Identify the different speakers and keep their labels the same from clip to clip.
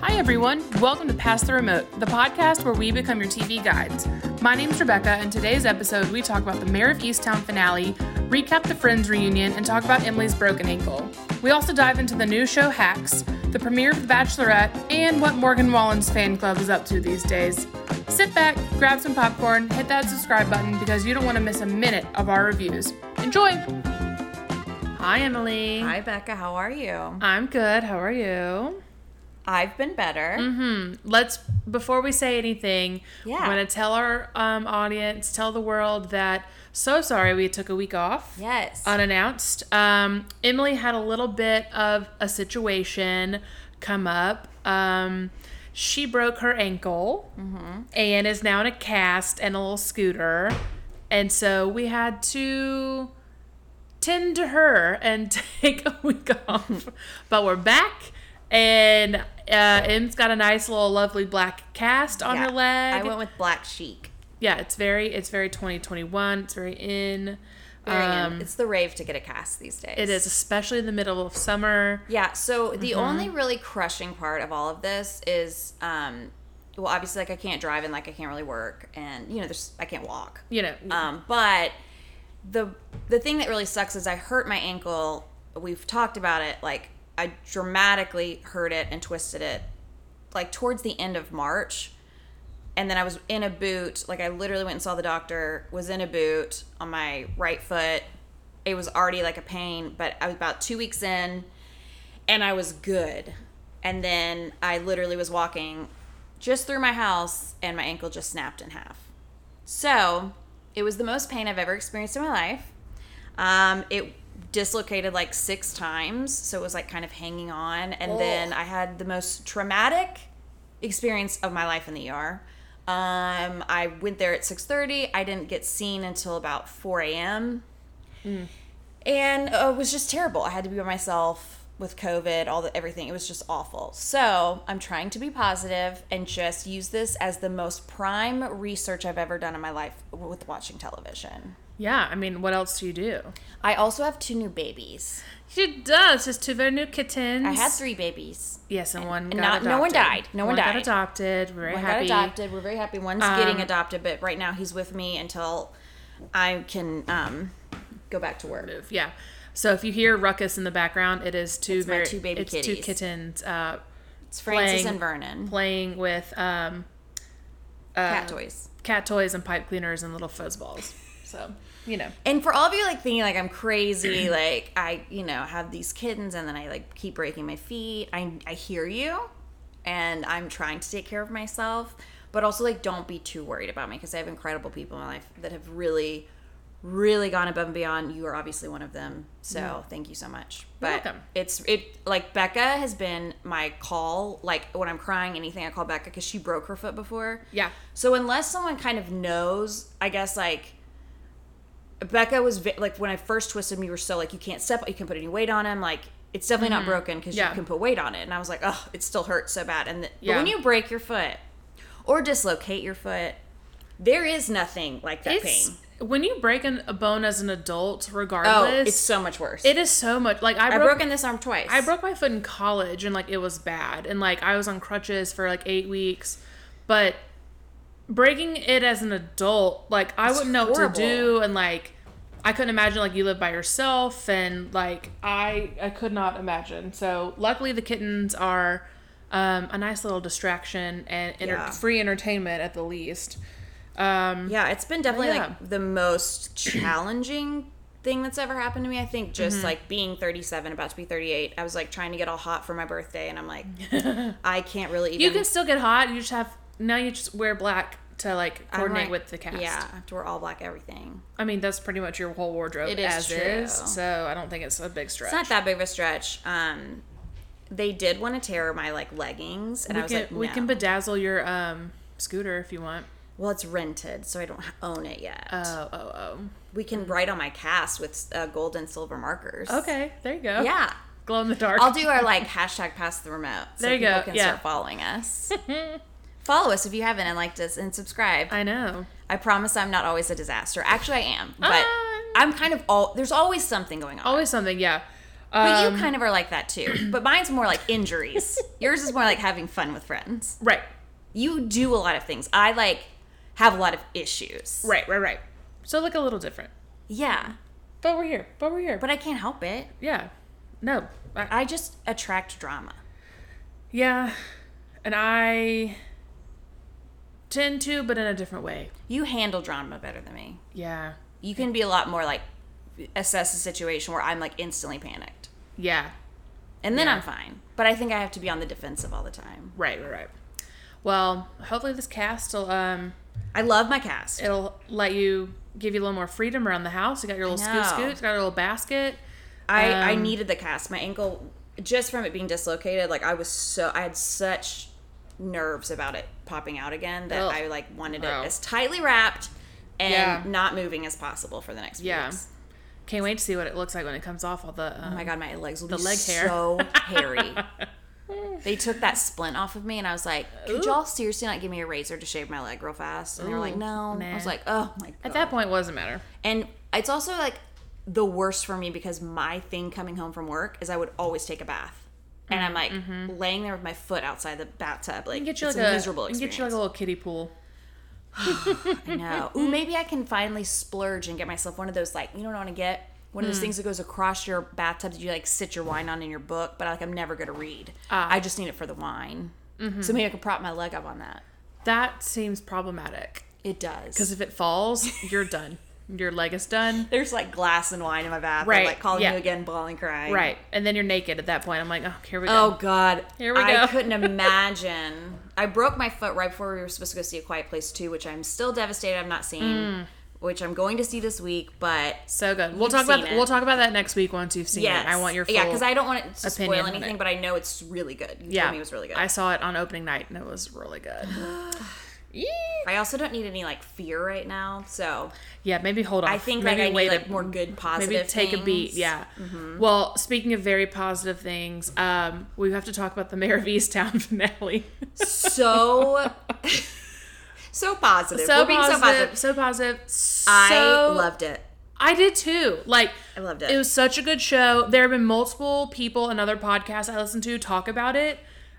Speaker 1: everyone. Welcome to Pass the Remote, the podcast where we become your TV guides. My name's Rebecca, and today's episode we talk about the Mayor of Easttown finale, recap the Friends reunion, and talk about Emily's broken ankle. We also dive into the new show Hacks, the premiere of The Bachelorette, and what Morgan Wallen's fan club is up to these days. Sit back, grab some popcorn, hit that subscribe button because you don't want to miss a minute of our reviews. Enjoy! Hi, Emily.
Speaker 2: Hi, Becca. How are you?
Speaker 1: I'm good. How are you?
Speaker 2: I've been better.
Speaker 1: let's before we say anything
Speaker 2: Yeah.
Speaker 1: i'm going to tell our um, audience tell the world that so sorry we took a week off
Speaker 2: Yes.
Speaker 1: unannounced um, emily had a little bit of a situation come up um, she broke her ankle
Speaker 2: Mm-hmm.
Speaker 1: and is now in a cast and a little scooter and so we had to tend to her and take a week off. but we're back, and uh, Em's got a nice little lovely black cast on
Speaker 2: Yeah.
Speaker 1: her leg.
Speaker 2: I went with black chic.
Speaker 1: yeah, it's very it's very 2021. It's very in.
Speaker 2: Very in.
Speaker 1: Um,
Speaker 2: it's the rave to get a cast these days.
Speaker 1: it is especially in the middle of summer.
Speaker 2: Yeah. So the only really crushing part of all of this is, um, well, obviously, like I can't drive and like I can't really work, and you know, there's I can't walk.
Speaker 1: You know,
Speaker 2: Um, but the the thing that really sucks is I hurt my ankle. We've talked about it. Like I dramatically hurt it and twisted it, like towards the end of March. And then I was in a boot. Like I literally went and saw the doctor. Was in a boot on my right foot. It was already like a pain, but I was about two weeks in, and I was good. And then I literally was walking just through my house, and my ankle just snapped in half. So it was the most pain I've ever experienced in my life. Um, it dislocated like six times, so it was like kind of hanging on. And then I had the most traumatic experience of my life in the ER. Um, I went there at 6:30. I didn't get seen until about 4 a.m. And uh, it was just terrible. I had to be by myself with COVID, all the everything. It was just awful. So I'm trying to be positive and just use this as the most prime research I've ever done in my life with watching television.
Speaker 1: yeah. I mean, what else do you do?
Speaker 2: I also have two new babies.
Speaker 1: She does. Just two very new kittens.
Speaker 2: I had three babies.
Speaker 1: Yes, and one.
Speaker 2: and
Speaker 1: got
Speaker 2: not- no one
Speaker 1: adopted.
Speaker 2: died. No one
Speaker 1: Got
Speaker 2: died.
Speaker 1: adopted. We're very
Speaker 2: One
Speaker 1: happy. Um,
Speaker 2: got adopted. We're very happy. One's getting adopted, but right now he's with me until I can um, go back to work.
Speaker 1: move. Yeah. So if you hear ruckus in the background, it is two
Speaker 2: my
Speaker 1: very
Speaker 2: two baby
Speaker 1: it's two
Speaker 2: kitties. Mm-hmm.
Speaker 1: kittens uh,
Speaker 2: It's Francis
Speaker 1: playing-
Speaker 2: and Vernon.
Speaker 1: playing with um, uh,
Speaker 2: Cat toys.
Speaker 1: cat toys and pipe cleaners and little fuzzballs. So you know,
Speaker 2: And for all of you like thinking like I'm crazy, like I, you know, have these kittens and then I like keep breaking my feet. I I hear you and I'm trying to take care of myself, but also like don't be too worried about me because I have incredible people in my life that have really really gone above and beyond. You are obviously one of them. So, thank you so much. But
Speaker 1: welcome.
Speaker 2: it's it like Becca has been my call like when I'm crying anything I call Becca cuz she broke her foot before.
Speaker 1: Yeah.
Speaker 2: So unless someone kind of knows, I guess like Becca was ve- like when I first twisted him, you were so like you can't step, you can put any weight on him. Like it's definitely not broken because
Speaker 1: Mm-hmm. Yeah.
Speaker 2: you can put weight on it. And I was like, oh, it still hurts so bad. And th-
Speaker 1: Yeah.
Speaker 2: but when you break your foot or dislocate your foot, there is nothing like that
Speaker 1: it's
Speaker 2: pain.
Speaker 1: when you break an, a bone as an adult,
Speaker 2: Oh,
Speaker 1: regardless,
Speaker 2: it's so much worse.
Speaker 1: it is so much. Like I
Speaker 2: I've
Speaker 1: broke,
Speaker 2: broken this arm twice.
Speaker 1: I broke my foot in college, and like it was bad, and like I was on crutches for like eight weeks, but breaking it as an adult, like I wouldn't know what
Speaker 2: horrible.
Speaker 1: to do, and like. I couldn't imagine like you live by yourself and like I I could not imagine. So luckily the kittens are um, a nice little distraction and enter-
Speaker 2: Yeah.
Speaker 1: free entertainment at the least. Um,
Speaker 2: Yeah, it's been definitely
Speaker 1: Yeah.
Speaker 2: like the most challenging thing that's ever happened to me. I think just
Speaker 1: Mm-hmm.
Speaker 2: like being 37, about to be 38, I was like trying to get all hot for my birthday, and I'm like, I can't really even.
Speaker 1: You can still get hot. You just have now. You just wear black to like
Speaker 2: I'm
Speaker 1: coordinate
Speaker 2: like-
Speaker 1: with the cast.
Speaker 2: Yeah, I have to wear all black everything.
Speaker 1: I mean that's pretty much your whole wardrobe
Speaker 2: It is
Speaker 1: as
Speaker 2: true.
Speaker 1: is. So I don't think it's a big stretch.
Speaker 2: It's not that big of a stretch. Um, they did want to tear my like leggings, and
Speaker 1: we
Speaker 2: I was
Speaker 1: can
Speaker 2: like, no.
Speaker 1: we can bedazzle your um scooter if you want.
Speaker 2: well, it's rented, so I don't h- own it yet.
Speaker 1: Oh oh
Speaker 2: we can write on my cast with uh, gold and silver markers.
Speaker 1: oh. Okay, there you go.
Speaker 2: Yeah.
Speaker 1: glow in the dark.
Speaker 2: I'll do our like hashtag pass the remote. So
Speaker 1: There you
Speaker 2: people
Speaker 1: go,
Speaker 2: can
Speaker 1: yeah.
Speaker 2: start following us. Follow us if you haven't and liked us and subscribe. I,
Speaker 1: I know.
Speaker 2: promise I'm not always a disaster. Actually, I am, but
Speaker 1: Um.
Speaker 2: I'm kind of all. There's always something going on.
Speaker 1: Always something. Yeah. Um,
Speaker 2: But you kind of are like that too. But mine's more like injuries. Yours is more like having fun with friends.
Speaker 1: Right.
Speaker 2: You do a lot of things. I like have a lot of issues.
Speaker 1: Right, right, right. So like a little different.
Speaker 2: Yeah.
Speaker 1: But we're here. But we're here. But
Speaker 2: But I can't help it.
Speaker 1: yeah. No. I-
Speaker 2: I just attract drama.
Speaker 1: yeah. And I tend to, but in a different way.
Speaker 2: You handle drama better than me.
Speaker 1: Yeah.
Speaker 2: You can be a lot more like assess a situation where I'm like instantly panicked.
Speaker 1: Yeah.
Speaker 2: And then I'm fine. But I think I have to be on the defensive all the time.
Speaker 1: Right, right, right. Well, hopefully this cast will um
Speaker 2: I love my cast.
Speaker 1: it'll let you give you a little more freedom around the house. You got your little
Speaker 2: know.
Speaker 1: scoot scoot, you got your little basket.
Speaker 2: I, I
Speaker 1: Um,
Speaker 2: needed the cast. My ankle, just from it being dislocated, like I was so, I had such nerves about it popping out again that
Speaker 1: Ugh.
Speaker 2: I like wanted it
Speaker 1: Wow.
Speaker 2: as tightly wrapped and
Speaker 1: Yeah.
Speaker 2: not moving as possible for the next few
Speaker 1: Yeah.
Speaker 2: weeks.
Speaker 1: Can't wait to see what it looks like when it comes off all the um,
Speaker 2: Oh my god, my legs will be
Speaker 1: leg hair.
Speaker 2: so hairy. They took that splint off of me, and I was like, "Could
Speaker 1: Ooh.
Speaker 2: y'all seriously not give me a razor to shave my leg real fast?" And they were like,
Speaker 1: Ooh,
Speaker 2: "No." I
Speaker 1: nah.
Speaker 2: was like, "Oh my god."
Speaker 1: At that point it doesn't matter.
Speaker 2: and it's also like the worst for me because my thing coming home from work is I would always take a bath, and I'm like laying there with my foot outside the bathtub,
Speaker 1: You can
Speaker 2: like
Speaker 1: Mm-hmm. get you
Speaker 2: it's
Speaker 1: like
Speaker 2: a
Speaker 1: a,
Speaker 2: miserable
Speaker 1: you can
Speaker 2: experience.
Speaker 1: get you like a little kiddie pool.
Speaker 2: I know. Ooh, maybe I can finally splurge and get myself one of those like you don't want to get one of
Speaker 1: Hmm.
Speaker 2: those things that goes across your bathtub that you like sit your wine on in your book, but like I'm never gonna read.
Speaker 1: Ah. Mm-hmm.
Speaker 2: I just need it for the wine. So maybe I can prop my leg up on that.
Speaker 1: That seems problematic
Speaker 2: It does.
Speaker 1: because if it falls, you're done. Your leg is done.
Speaker 2: there's like glass and wine in my bath.
Speaker 1: Right,
Speaker 2: I'm like calling
Speaker 1: yeah.
Speaker 2: you again, bawling, crying.
Speaker 1: Right. And then you're naked at that point. I'm like, oh, here we
Speaker 2: Oh
Speaker 1: go.
Speaker 2: God.
Speaker 1: Here we
Speaker 2: I
Speaker 1: go.
Speaker 2: couldn't imagine. I broke my foot right before we were supposed to go see A Quiet Place 2, which I'm still devastated I'm not seeing,
Speaker 1: Mm.
Speaker 2: which I'm going to see this week, but
Speaker 1: So good. We'll
Speaker 2: You've
Speaker 1: talk about
Speaker 2: seen
Speaker 1: th-
Speaker 2: it.
Speaker 1: we'll talk about that next week once you've seen
Speaker 2: Yes.
Speaker 1: it. I want your full
Speaker 2: yeah, because I don't want it to
Speaker 1: opinion
Speaker 2: spoil
Speaker 1: on
Speaker 2: anything,
Speaker 1: it.
Speaker 2: but I know it's really good. You
Speaker 1: yeah.
Speaker 2: told me it was really good.
Speaker 1: I
Speaker 2: I,
Speaker 1: saw it on opening night and it was really good. Eek.
Speaker 2: also don't need any like fear right now, so
Speaker 1: yeah, maybe hold on.
Speaker 2: I think
Speaker 1: maybe
Speaker 2: like I need
Speaker 1: wait
Speaker 2: like
Speaker 1: a-
Speaker 2: more good positive.
Speaker 1: maybe take a beat.
Speaker 2: things. Mm-hmm.
Speaker 1: Yeah. Well, speaking of very positive things, um, we have to talk about the Mayor of Easttown finale.
Speaker 2: So so positive.
Speaker 1: so,
Speaker 2: We're being
Speaker 1: positive,
Speaker 2: so positive.
Speaker 1: so positive.
Speaker 2: I
Speaker 1: so-
Speaker 2: loved it.
Speaker 1: I did too. Like
Speaker 2: I loved it.
Speaker 1: It was such a good show. There have been multiple people and other podcasts I listened to talk about it.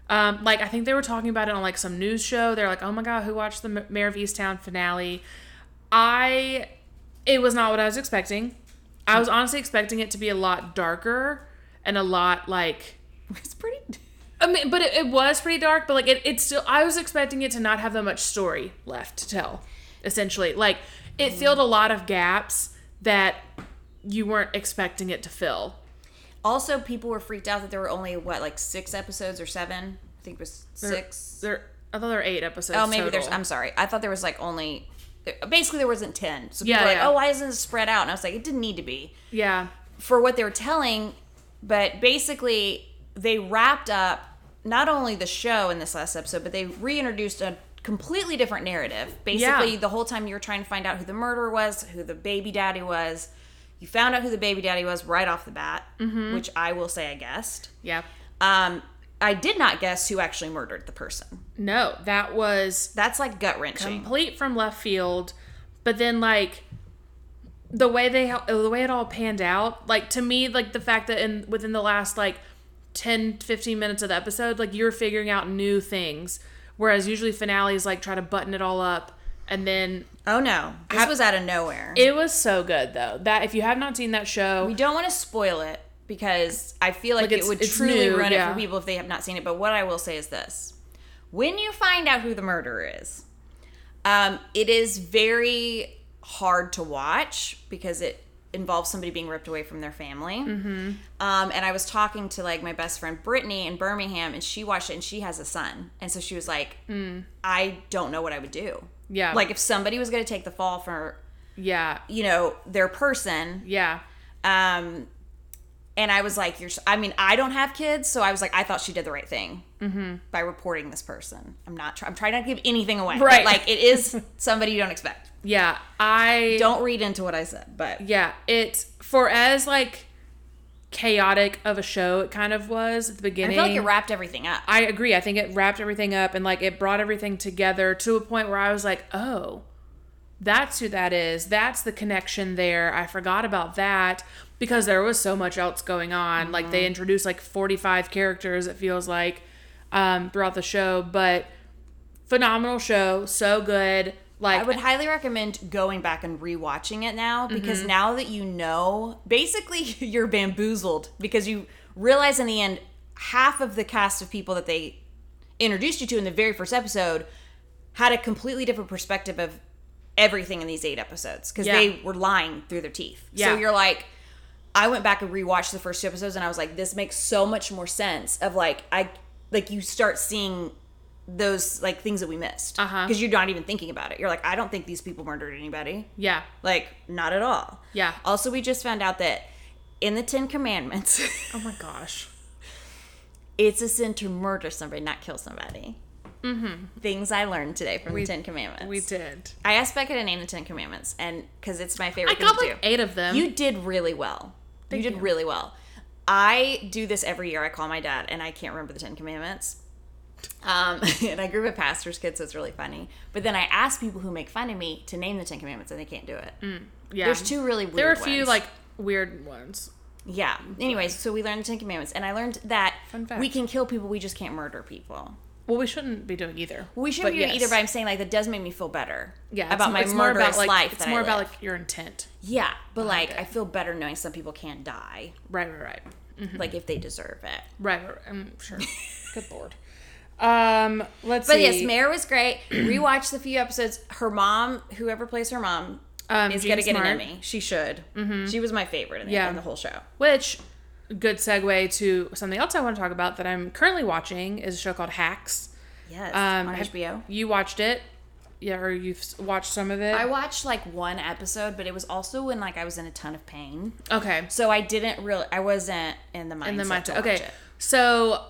Speaker 1: Um, like I think they were talking about it on like some news show. They're like, "Oh my god, who watched the M- Mayor of Easttown finale?" I it was not what I was expecting.
Speaker 2: Hmm.
Speaker 1: I was honestly expecting it to be a lot darker and a lot like
Speaker 2: It's pretty
Speaker 1: I mean, but it, it was pretty dark. But like, it, it's still. I was expecting it to not have that much story left to tell. Essentially, like it filled a lot of gaps that you weren't expecting it to fill.
Speaker 2: Also, people were freaked out that there were only what like six episodes or seven. I think it was six.
Speaker 1: There, I thought there are eight episodes.
Speaker 2: oh, maybe
Speaker 1: total.
Speaker 2: there's. I'm sorry. I thought there was like only. there- Basically, there wasn't ten. So
Speaker 1: Yeah,
Speaker 2: people were like,
Speaker 1: yeah.
Speaker 2: "Oh, why isn't it spread out?" And I was like, "It didn't need to be
Speaker 1: yeah,
Speaker 2: for what they were telling." But basically, they wrapped up not only the show in this last episode, but they reintroduced a completely different narrative. Basically, the whole time you were trying to find out who the murderer was, who the baby daddy was. You found out who the baby daddy was right off the bat,
Speaker 1: Mm-hmm.
Speaker 2: which I will say I guessed.
Speaker 1: yeah.
Speaker 2: Um, I did not guess who actually murdered the person.
Speaker 1: No, that was
Speaker 2: That's like gut wrenching.
Speaker 1: complete from left field. But then like the way they the way it all panned out, like to me, like the fact that in within the last like 10 15 minutes of the episode like you're figuring out new things whereas usually finales like try to button it all up and then
Speaker 2: Oh no, this was out of nowhere.
Speaker 1: it was so good though that if you have not seen that show
Speaker 2: we don't want to spoil it because I feel like,
Speaker 1: Like,
Speaker 2: it
Speaker 1: it's-
Speaker 2: would
Speaker 1: it's
Speaker 2: truly
Speaker 1: new,
Speaker 2: ruin it
Speaker 1: yeah.
Speaker 2: for people if they have not seen it. But what I will say is this: when you find out who the murderer is, um, it is very hard to watch because it involves somebody being ripped away from their family.
Speaker 1: Mm-hmm.
Speaker 2: Um, and I was talking to like my best friend Brittany in Birmingham, and she watched it, and she has a son, and so she was like, "I don't know what I would do."
Speaker 1: Mm. yeah
Speaker 2: Like if somebody was going to take the fall for
Speaker 1: yeah
Speaker 2: you know their person,
Speaker 1: yeah
Speaker 2: um, and I was like, "You're." s- I mean, I don't have kids, so I was like, I thought she did the right thing
Speaker 1: Mm-hmm.
Speaker 2: by reporting this person. I'm not. Try- I'm trying not to give anything away. but,
Speaker 1: Right.
Speaker 2: like it is somebody you don't expect.
Speaker 1: yeah i
Speaker 2: Don't read into what I said, but
Speaker 1: yeah it's for as like chaotic of a show it kind of was at the
Speaker 2: I
Speaker 1: beginning
Speaker 2: feel like it wrapped everything up.
Speaker 1: I agree. I think it wrapped everything up and like it brought everything together to a point where I was like, oh, that's who that is. That's the connection there. I forgot about that. because there was so much else going on. Like
Speaker 2: Mm-hmm.
Speaker 1: they introduced like 45 characters, it feels like, um, throughout the show. But phenomenal show, so good. Like
Speaker 2: I would highly recommend going back and rewatching it now because
Speaker 1: Mm-hmm.
Speaker 2: now that you know, basically you're bamboozled because you realize in the end half of the cast of people that they introduced you to in the very first episode had a completely different perspective of everything in these eight episodes because
Speaker 1: Yeah.
Speaker 2: they were lying through their teeth.
Speaker 1: Yeah.
Speaker 2: So you're like I went back and rewatched the first two episodes and I was like this makes so much more sense of like I like you start seeing those like things that we missed because
Speaker 1: Uh-huh.
Speaker 2: you're not even thinking about it. You're like, I don't think these people murdered anybody.
Speaker 1: yeah,
Speaker 2: Like, not at all.
Speaker 1: yeah.
Speaker 2: Also, we just found out that in the Ten Commandments,
Speaker 1: Oh my gosh.
Speaker 2: it's a sin to murder somebody, not kill somebody. Mm-hmm. Things I learned today from the Ten Commandments.
Speaker 1: We did.
Speaker 2: I asked Becca to name the Ten Commandments, and because it's my favorite
Speaker 1: I
Speaker 2: thing
Speaker 1: got
Speaker 2: to
Speaker 1: like
Speaker 2: do.
Speaker 1: eight of them.
Speaker 2: You did really well. you did
Speaker 1: you.
Speaker 2: really well. I do this every year. I call my dad, and I can't remember the Ten Commandments. Um, and I grew up a pastor's kid, so it's really funny. But then I ask people who make fun of me to name the Ten Commandments, and they can't do it.
Speaker 1: yeah.
Speaker 2: There's two really weird.
Speaker 1: There were a few
Speaker 2: ones.
Speaker 1: like weird ones.
Speaker 2: yeah. Anyways, so we learned the Ten Commandments, and I learned that
Speaker 1: Fun fact.
Speaker 2: we can kill people, we just can't murder people.
Speaker 1: Well, we shouldn't be doing either.
Speaker 2: We
Speaker 1: But
Speaker 2: shouldn't do it
Speaker 1: yes.
Speaker 2: either, but I'm saying like that does make me feel better.
Speaker 1: yeah, it's-
Speaker 2: about my
Speaker 1: it's more about,
Speaker 2: murderous
Speaker 1: like,
Speaker 2: life.
Speaker 1: It's
Speaker 2: that I
Speaker 1: more about
Speaker 2: live.
Speaker 1: like your intent.
Speaker 2: yeah, but like
Speaker 1: it.
Speaker 2: I feel better knowing some people can't die,
Speaker 1: Right, right, right,
Speaker 2: like if they deserve it.
Speaker 1: right. right. I'm sure. Good lord. Um, let's
Speaker 2: But
Speaker 1: see.
Speaker 2: yes, Mare was great. Rewatched the few episodes. Her mom, whoever plays her mom,
Speaker 1: um,
Speaker 2: is
Speaker 1: Jean
Speaker 2: gonna get an
Speaker 1: Smart. Mm-hmm.
Speaker 2: Emmy. She should. She was my favorite in the,
Speaker 1: Yeah.
Speaker 2: in the whole show.
Speaker 1: Which, good segue to something else I want to talk about that I'm currently watching is a show called Hacks.
Speaker 2: Yes,
Speaker 1: Um,
Speaker 2: on
Speaker 1: have-
Speaker 2: HBO.
Speaker 1: You watched it, yeah, or you've s- watched some of it.
Speaker 2: I watched like one episode, but it was also when like I was in a ton of pain.
Speaker 1: okay,
Speaker 2: So I didn't really, I wasn't in the mindset.
Speaker 1: and then my
Speaker 2: to watch
Speaker 1: okay.
Speaker 2: it.
Speaker 1: So,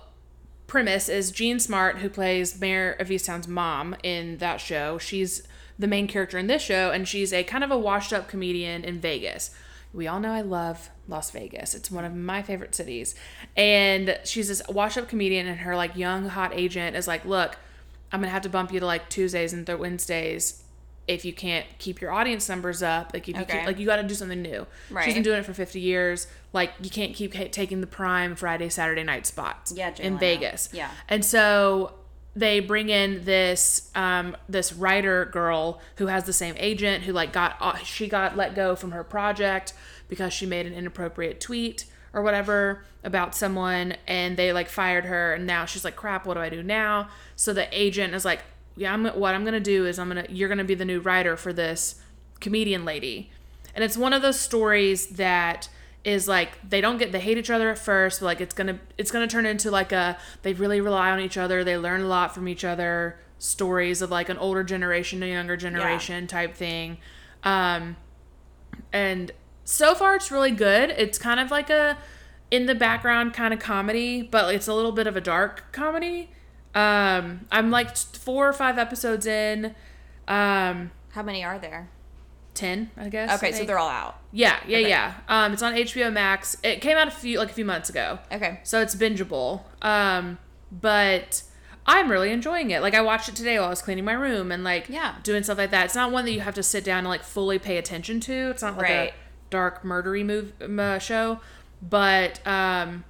Speaker 1: premise is Jean Smart, who plays Mayor of Easttown's mom in that show. She's the main character in this show, and she's a kind of a washed-up comedian in Vegas. We all know I love Las Vegas. It's one of my favorite cities. And she's this washed-up comedian, and her like young hot agent is like, "Look, I'm gonna have to bump you to like Tuesdays and th- Wednesdays." If you can't keep your audience numbers up, like if you
Speaker 2: Okay.
Speaker 1: keep, like you got to do something new. She's been
Speaker 2: Right.
Speaker 1: doing it for 50 years. Like you can't keep ca- taking the prime Friday Saturday night spots.
Speaker 2: Yeah, Jay
Speaker 1: in
Speaker 2: Leno.
Speaker 1: Vegas.
Speaker 2: Yeah.
Speaker 1: and so they bring in this um, this writer girl who has the same agent who like got uh, she got let go from her project because she made an inappropriate tweet or whatever about someone and they like fired her and now she's like crap what do I do now so the agent is like yeah I'm what I'm gonna do is I'm gonna you're gonna be the new writer for this comedian lady and it's one of those stories that is like they don't get they hate each other at first, but like it's gonna it's gonna turn into like a they really rely on each other, they learn a lot from each other stories of like an older generation to younger generation type thing. Um and so far it's really good. It's kind of like a in the background kind of comedy, but it's a little bit of a dark comedy. Um I'm like four or five episodes in. Um
Speaker 2: How many are there?
Speaker 1: 10, I guess. I
Speaker 2: Okay, so
Speaker 1: think.
Speaker 2: they're all out.
Speaker 1: Yeah, yeah, yeah. Um, it's on HBO Max. It came out a few like a few months ago,
Speaker 2: Okay.
Speaker 1: so it's bingeable. Um, but I'm really enjoying it. Like I watched it today while I was cleaning my room and like
Speaker 2: Yeah.
Speaker 1: doing stuff like that. It's not one that you have to sit down and like fully pay attention to. It's not like
Speaker 2: Right.
Speaker 1: a dark murdery move um, uh, show, but um,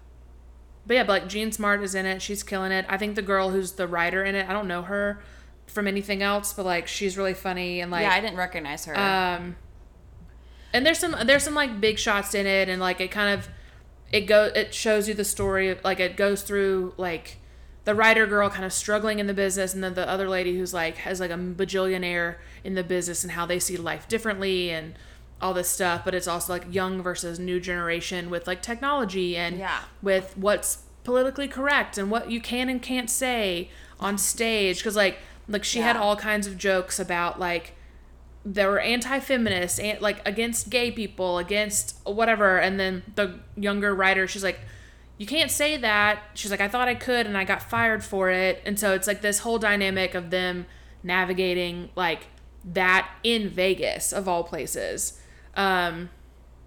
Speaker 1: but yeah, but like Jean Smart is in it. She's killing it. I think the girl who's the writer in it. I don't know her from anything else, but like she's really funny and like
Speaker 2: yeah, I didn't recognize her.
Speaker 1: um and there's some there's some like big shots in it and like it kind of it go it shows you the story of like it goes through like the writer girl kind of struggling in the business and then the other lady who's like has like a bajillionaire in the business and how they see life differently and all this stuff but it's also like young versus new generation with like technology and
Speaker 2: Yeah.
Speaker 1: with what's politically correct and what you can and can't say on stage because like like she had
Speaker 2: Yeah.
Speaker 1: all kinds of jokes about like there were anti-feminists and like against gay people against whatever and then the younger writer she's like you can't say that she's like i thought i could and i got fired for it and so it's like this whole dynamic of them navigating like that in vegas of all places um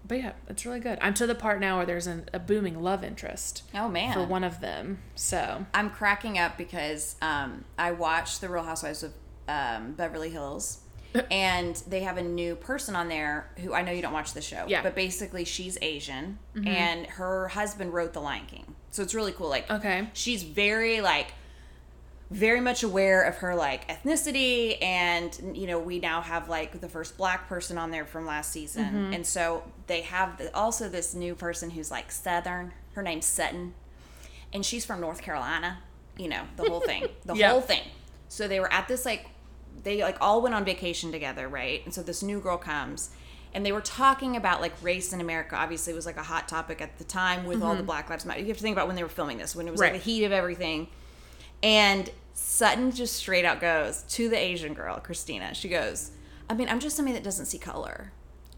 Speaker 1: but yeah it's really good i'm to the part now where there's an, a booming love interest
Speaker 2: oh man.
Speaker 1: for one of them so
Speaker 2: I'm cracking up because um, I watched The Real Housewives of um, Beverly Hills, and they have a new person on there who I know you don't watch the show.
Speaker 1: Yeah. Mm-hmm.
Speaker 2: But basically, she's Asian, and her husband wrote The Lion King, so it's really cool. Like,
Speaker 1: Okay.
Speaker 2: she's very like very much aware of her like ethnicity and you know we now have like the first black person on there from last season
Speaker 1: Mm-hmm.
Speaker 2: and so they have the, also this new person who's like southern her name's sutton and she's from north carolina you know the whole thing the
Speaker 1: Yeah.
Speaker 2: whole thing so they were at this like they like all went on vacation together right and so this new girl comes and they were talking about like race in america obviously it was like a hot topic at the time with all the black lives matter you have to think about when they were filming this when it was
Speaker 1: Mm-hmm. Right.
Speaker 2: like the heat of everything and Sutton just straight out goes to the Asian girl, Christina. She goes, I mean, I'm just somebody that doesn't see color.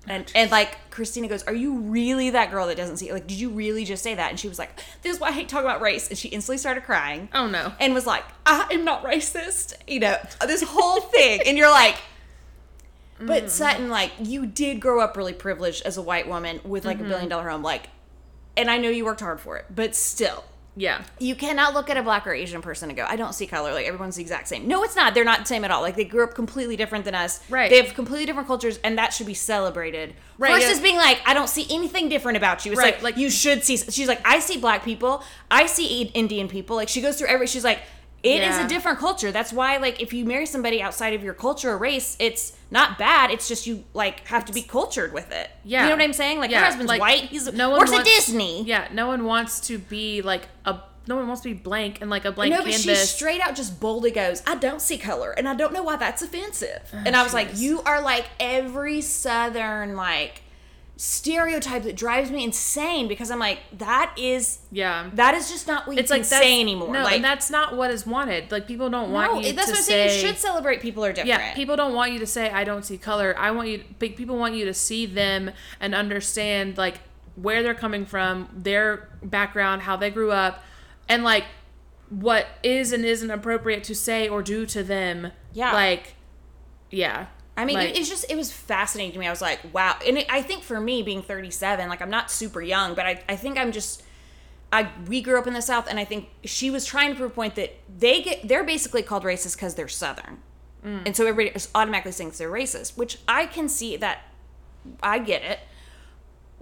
Speaker 2: And, and like Christina goes, Are you really that girl that doesn't see? Like, did you really just say that? And she was like, This is why I hate talking about race. And she instantly started crying.
Speaker 1: Oh, no.
Speaker 2: And was like, I am not racist. You know, this whole thing. And you're like, But
Speaker 1: Mm.
Speaker 2: Sutton, like, you did grow up really privileged as a white woman with like a
Speaker 1: Mm-hmm.
Speaker 2: billion dollar home. Like, and I know you worked hard for it, but still,
Speaker 1: Yeah.
Speaker 2: you cannot look at a black or Asian person and go, I don't see color. Like everyone's the exact same. No, it's not. They're not the same at all. Like they grew up completely different than us.
Speaker 1: Right.
Speaker 2: They have completely different cultures, and that should be celebrated.
Speaker 1: Right,
Speaker 2: Versus
Speaker 1: yeah.
Speaker 2: being like, I don't see anything different about you. It's
Speaker 1: Right,
Speaker 2: like,
Speaker 1: like-
Speaker 2: like you should see. She's like, I see black people. I see I- Indian people. Like she goes through every. She's like, it is
Speaker 1: Yeah.
Speaker 2: a different culture. That's why, like, if you marry somebody outside of your culture or race, it's not bad. It's just you like have to be cultured with it.
Speaker 1: Yeah.
Speaker 2: You know what I'm saying? Like
Speaker 1: Yeah,
Speaker 2: her husband's
Speaker 1: like,
Speaker 2: white. He's
Speaker 1: no
Speaker 2: no
Speaker 1: one
Speaker 2: works
Speaker 1: wants-
Speaker 2: at Disney.
Speaker 1: Yeah, no one wants to be like a no one wants to be blank and like a blank
Speaker 2: No, but she
Speaker 1: canvas.
Speaker 2: straight out just boldly goes, I don't see color, and I don't know why that's offensive.
Speaker 1: Oh,
Speaker 2: and I was like,
Speaker 1: jeez.
Speaker 2: You are like every Southern, like, stereotype that drives me insane because I'm like, That is,
Speaker 1: yeah.
Speaker 2: that is just not what you
Speaker 1: it's
Speaker 2: can
Speaker 1: like that's,
Speaker 2: say anymore.
Speaker 1: No,
Speaker 2: like,
Speaker 1: and that's not what is wanted. Like people don't want
Speaker 2: no,
Speaker 1: you
Speaker 2: that's
Speaker 1: to
Speaker 2: what I'm
Speaker 1: say
Speaker 2: saying. You should celebrate people are different.
Speaker 1: yeah, people don't want you to say I don't see color. I want you big people want you to see them and understand like where they're coming from, their background, how they grew up, and like what is and isn't appropriate to say or do to them.
Speaker 2: Yeah.
Speaker 1: Like yeah.
Speaker 2: I mean,
Speaker 1: Like-
Speaker 2: it, it's just it was fascinating to me. I was like, wow. And it, I think for me, being 37, like I'm not super young, but I, I think I'm just. I we grew up in the South, and I think she was trying to prove a point that they get they're basically called racist because they're Southern,
Speaker 1: Mm.
Speaker 2: and so everybody just automatically thinks they're racist, which I can see that. I get it,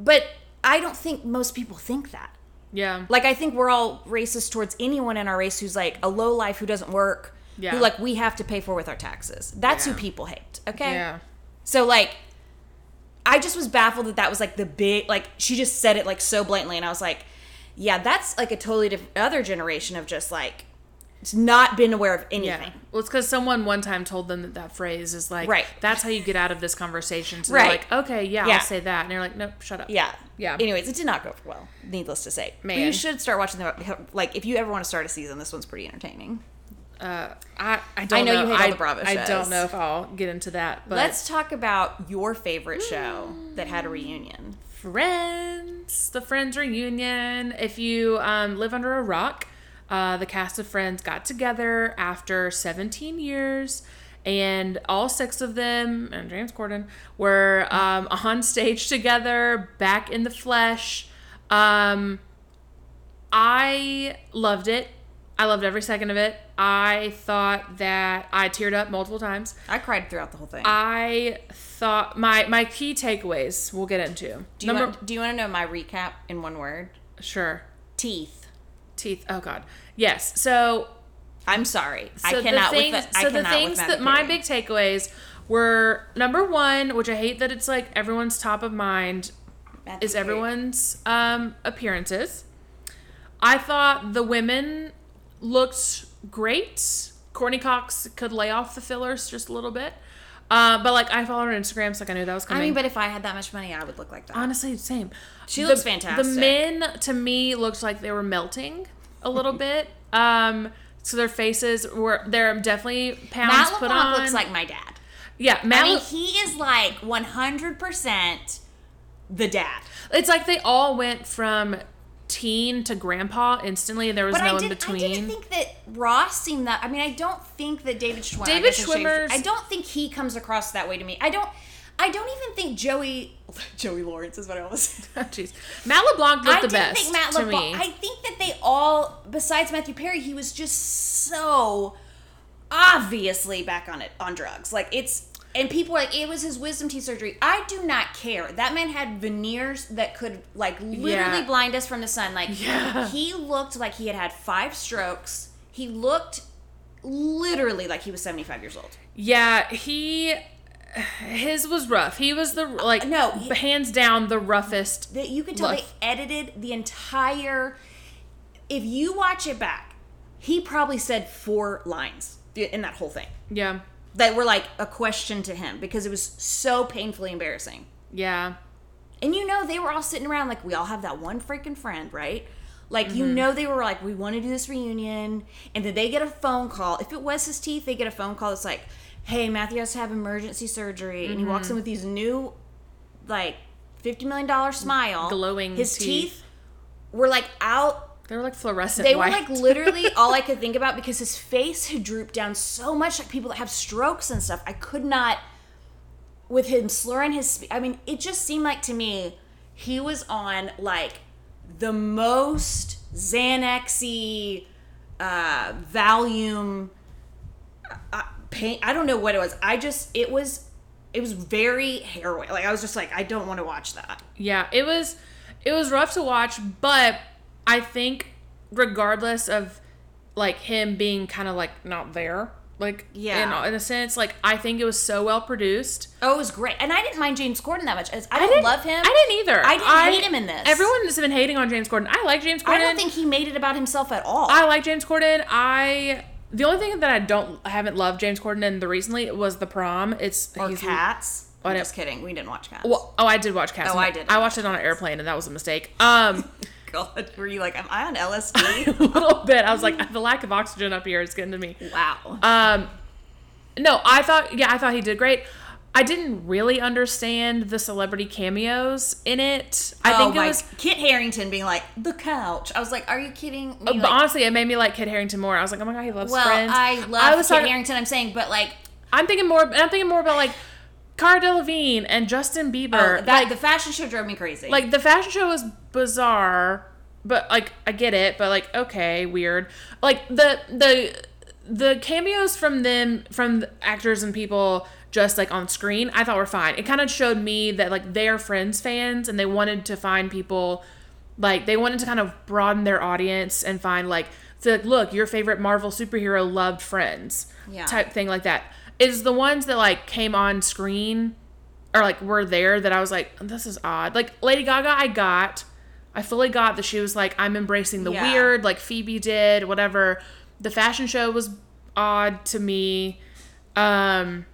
Speaker 2: but I don't think most people think that.
Speaker 1: Yeah.
Speaker 2: Like I think we're all racist towards anyone in our race who's like a low life who doesn't work,
Speaker 1: Yeah.
Speaker 2: who like we have to pay for with our taxes. That's
Speaker 1: Yeah.
Speaker 2: who people hate. Okay.
Speaker 1: yeah.
Speaker 2: So like, I just was baffled that that was like the big like she just said it like so blatantly, and I was like, yeah, that's like a totally different other generation of just like, it's not been aware of anything.
Speaker 1: Yeah. Well, it's because someone one time told them that that phrase is like,
Speaker 2: Right.
Speaker 1: that's how you get out of this conversation. So
Speaker 2: Right.
Speaker 1: they're like, okay, yeah,
Speaker 2: Yeah.
Speaker 1: I'll say that. And you're like, nope, shut up.
Speaker 2: Yeah.
Speaker 1: Yeah.
Speaker 2: Anyways, it did not go over well, needless to say. But
Speaker 1: Man.
Speaker 2: you should start watching the like if you ever want to start a season, this one's pretty entertaining.
Speaker 1: Uh, I, I don't
Speaker 2: I know
Speaker 1: know.
Speaker 2: you hate all
Speaker 1: I,
Speaker 2: the Bravo
Speaker 1: I don't
Speaker 2: shows.
Speaker 1: know if I'll get into that, but
Speaker 2: Let's talk about your favorite show that had a reunion.
Speaker 1: Friends, the Friends reunion. If you um, live under a rock, uh, the cast of Friends got together after 17 years, and all six of them and James Corden were um, on stage together, back in the flesh. Um, I loved it. I loved every second of it. I thought that I teared up multiple times.
Speaker 2: I cried throughout the whole thing.
Speaker 1: Uh, I thought my my key takeaways we'll get into.
Speaker 2: do you want do you want to know my recap in one word?
Speaker 1: sure.
Speaker 2: Teeth.
Speaker 1: Teeth. Oh god. Yes. So
Speaker 2: I'm sorry.
Speaker 1: so
Speaker 2: I cannot
Speaker 1: the things,
Speaker 2: with the, I
Speaker 1: so the
Speaker 2: cannot
Speaker 1: things
Speaker 2: with
Speaker 1: that my big takeaways were number one, which I hate that it's like everyone's top of mind
Speaker 2: Matthew
Speaker 1: is
Speaker 2: Perry.
Speaker 1: everyone's um, appearances. I thought the women looked great. Courtney Cox could lay off the fillers just a little bit, uh, but like I follow her on Instagram, so like I knew that was
Speaker 2: I
Speaker 1: coming.
Speaker 2: mean, but if I had that much money, I would look like that.
Speaker 1: Honestly, same.
Speaker 2: She
Speaker 1: The-
Speaker 2: looks fantastic.
Speaker 1: The men to me looked like they were melting a little
Speaker 2: Mm-hmm.
Speaker 1: bit. Um, so their faces were there are definitely pounds
Speaker 2: Matt
Speaker 1: put
Speaker 2: LeBlanc
Speaker 1: on.
Speaker 2: looks like my dad.
Speaker 1: yeah, Matt.
Speaker 2: I mean,
Speaker 1: Le-
Speaker 2: he is like 100% the dad.
Speaker 1: it's like they all went from teen to grandpa instantly, and there was
Speaker 2: But
Speaker 1: no
Speaker 2: I,
Speaker 1: in
Speaker 2: did, I
Speaker 1: between.
Speaker 2: didn't think that Ross seemed that. I mean, I don't think that David Schwimmer.
Speaker 1: David
Speaker 2: I guess I should-
Speaker 1: Schwimmer's-
Speaker 2: I don't think he comes across that way to me. I don't. I don't even think Joey. Joey Lawrence is what I always said.
Speaker 1: Oh, Jeez, Matt LeBlanc looked
Speaker 2: I
Speaker 1: the
Speaker 2: didn't
Speaker 1: best
Speaker 2: think Matt
Speaker 1: to
Speaker 2: LeBlanc.
Speaker 1: me.
Speaker 2: I think that they all, besides Matthew Perry, he was just so obviously back on it on drugs. Like it's and people were like, it was his wisdom teeth surgery. I do not care. That man had veneers that could like literally
Speaker 1: Yeah.
Speaker 2: blind us from the sun. Like
Speaker 1: Yeah.
Speaker 2: he looked like he had had five strokes. He looked literally like he was 75 years old.
Speaker 1: Yeah, he his was rough. He was the like
Speaker 2: Uh, no, he-
Speaker 1: hands down the roughest.
Speaker 2: That you could tell
Speaker 1: Look.
Speaker 2: they edited the entire if you watch it back, he probably said four lines in that whole thing.
Speaker 1: Yeah.
Speaker 2: That were like a question to him because it was so painfully embarrassing.
Speaker 1: Yeah.
Speaker 2: And you know, they were all sitting around like we all have that one freaking friend, right? Like
Speaker 1: Mm-hmm.
Speaker 2: you know, they were like, we want to do this reunion, and then they get a phone call. If it was his teeth, they get a phone call. It's like, hey, Matthew has to have emergency surgery, and he
Speaker 1: Mm-hmm.
Speaker 2: walks in with these new, like, fifty million dollar smile,
Speaker 1: Glowing
Speaker 2: His
Speaker 1: teeth.
Speaker 2: teeth were like out
Speaker 1: They were like fluorescent
Speaker 2: they
Speaker 1: white.
Speaker 2: were like literally all I could think about because his face had drooped down so much. Like people that have strokes and stuff, I could not. With him slurring his, spe- I mean, it just seemed like to me he was on like the most Xanaxy, uh, Valium, uh, pain. I don't know what it was. I just it was, it was very harrowing. Like I was just like, I don't want to watch that.
Speaker 1: Yeah, it was it was rough to watch, but I think regardless of like him being kind of like not there, like
Speaker 2: Yeah.
Speaker 1: in, in a sense, like I think it was so well produced.
Speaker 2: Oh, it was great, and I didn't mind James Corden that much. I, I didn't,
Speaker 1: didn't-
Speaker 2: love him.
Speaker 1: I didn't either.
Speaker 2: I didn't hate him in this.
Speaker 1: Everyone has been hating on James Corden. I like James Corden.
Speaker 2: I don't think he made it about himself at all.
Speaker 1: I like James Corden. I the only thing that I don't I haven't loved James Corden in the recently was the prom. It's
Speaker 2: or
Speaker 1: he's-
Speaker 2: cats.
Speaker 1: I
Speaker 2: I'm
Speaker 1: know.
Speaker 2: just kidding. We didn't watch cats.
Speaker 1: Well, oh, I did watch Cats.
Speaker 2: Oh,
Speaker 1: on-
Speaker 2: I did
Speaker 1: I
Speaker 2: watch
Speaker 1: watched it on an airplane, and that was a mistake. Um,
Speaker 2: God, were you like, am I on
Speaker 1: a
Speaker 2: LSD?
Speaker 1: little bit. I was like, the lack of oxygen up here is getting to me.
Speaker 2: wow.
Speaker 1: Um, no, I thought, yeah, I thought he did great. I didn't really understand the celebrity cameos in it. I
Speaker 2: Oh
Speaker 1: think it was,
Speaker 2: Kit Harrington being like the couch. I was like, are you kidding me?
Speaker 1: but
Speaker 2: Like,
Speaker 1: honestly, it made me like Kid Harrington more. I was like, oh my god, he loves
Speaker 2: well,
Speaker 1: Friends.
Speaker 2: I love
Speaker 1: I was
Speaker 2: Kit
Speaker 1: talking,
Speaker 2: Harrington. I'm saying, but like,
Speaker 1: I'm thinking more. I'm thinking more about like Cara Delevingne and Justin Bieber.
Speaker 2: Oh, that
Speaker 1: like,
Speaker 2: the fashion show drove me crazy.
Speaker 1: like the fashion show was bizarre, but like I get it. But like, okay, weird. Like the the the cameos from them from the actors and people just like on screen, I thought were fine. It kind of showed me that like they are Friends fans and they wanted to find people like they wanted to kind of broaden their audience and find like so like look your favorite marvel superhero loved friends
Speaker 2: Yeah.
Speaker 1: type thing like that is the ones that like came on screen or like were there that i was like this is odd like lady gaga i got i fully got that she was like i'm embracing the
Speaker 2: Yeah.
Speaker 1: weird like phoebe did whatever the fashion show was odd to me um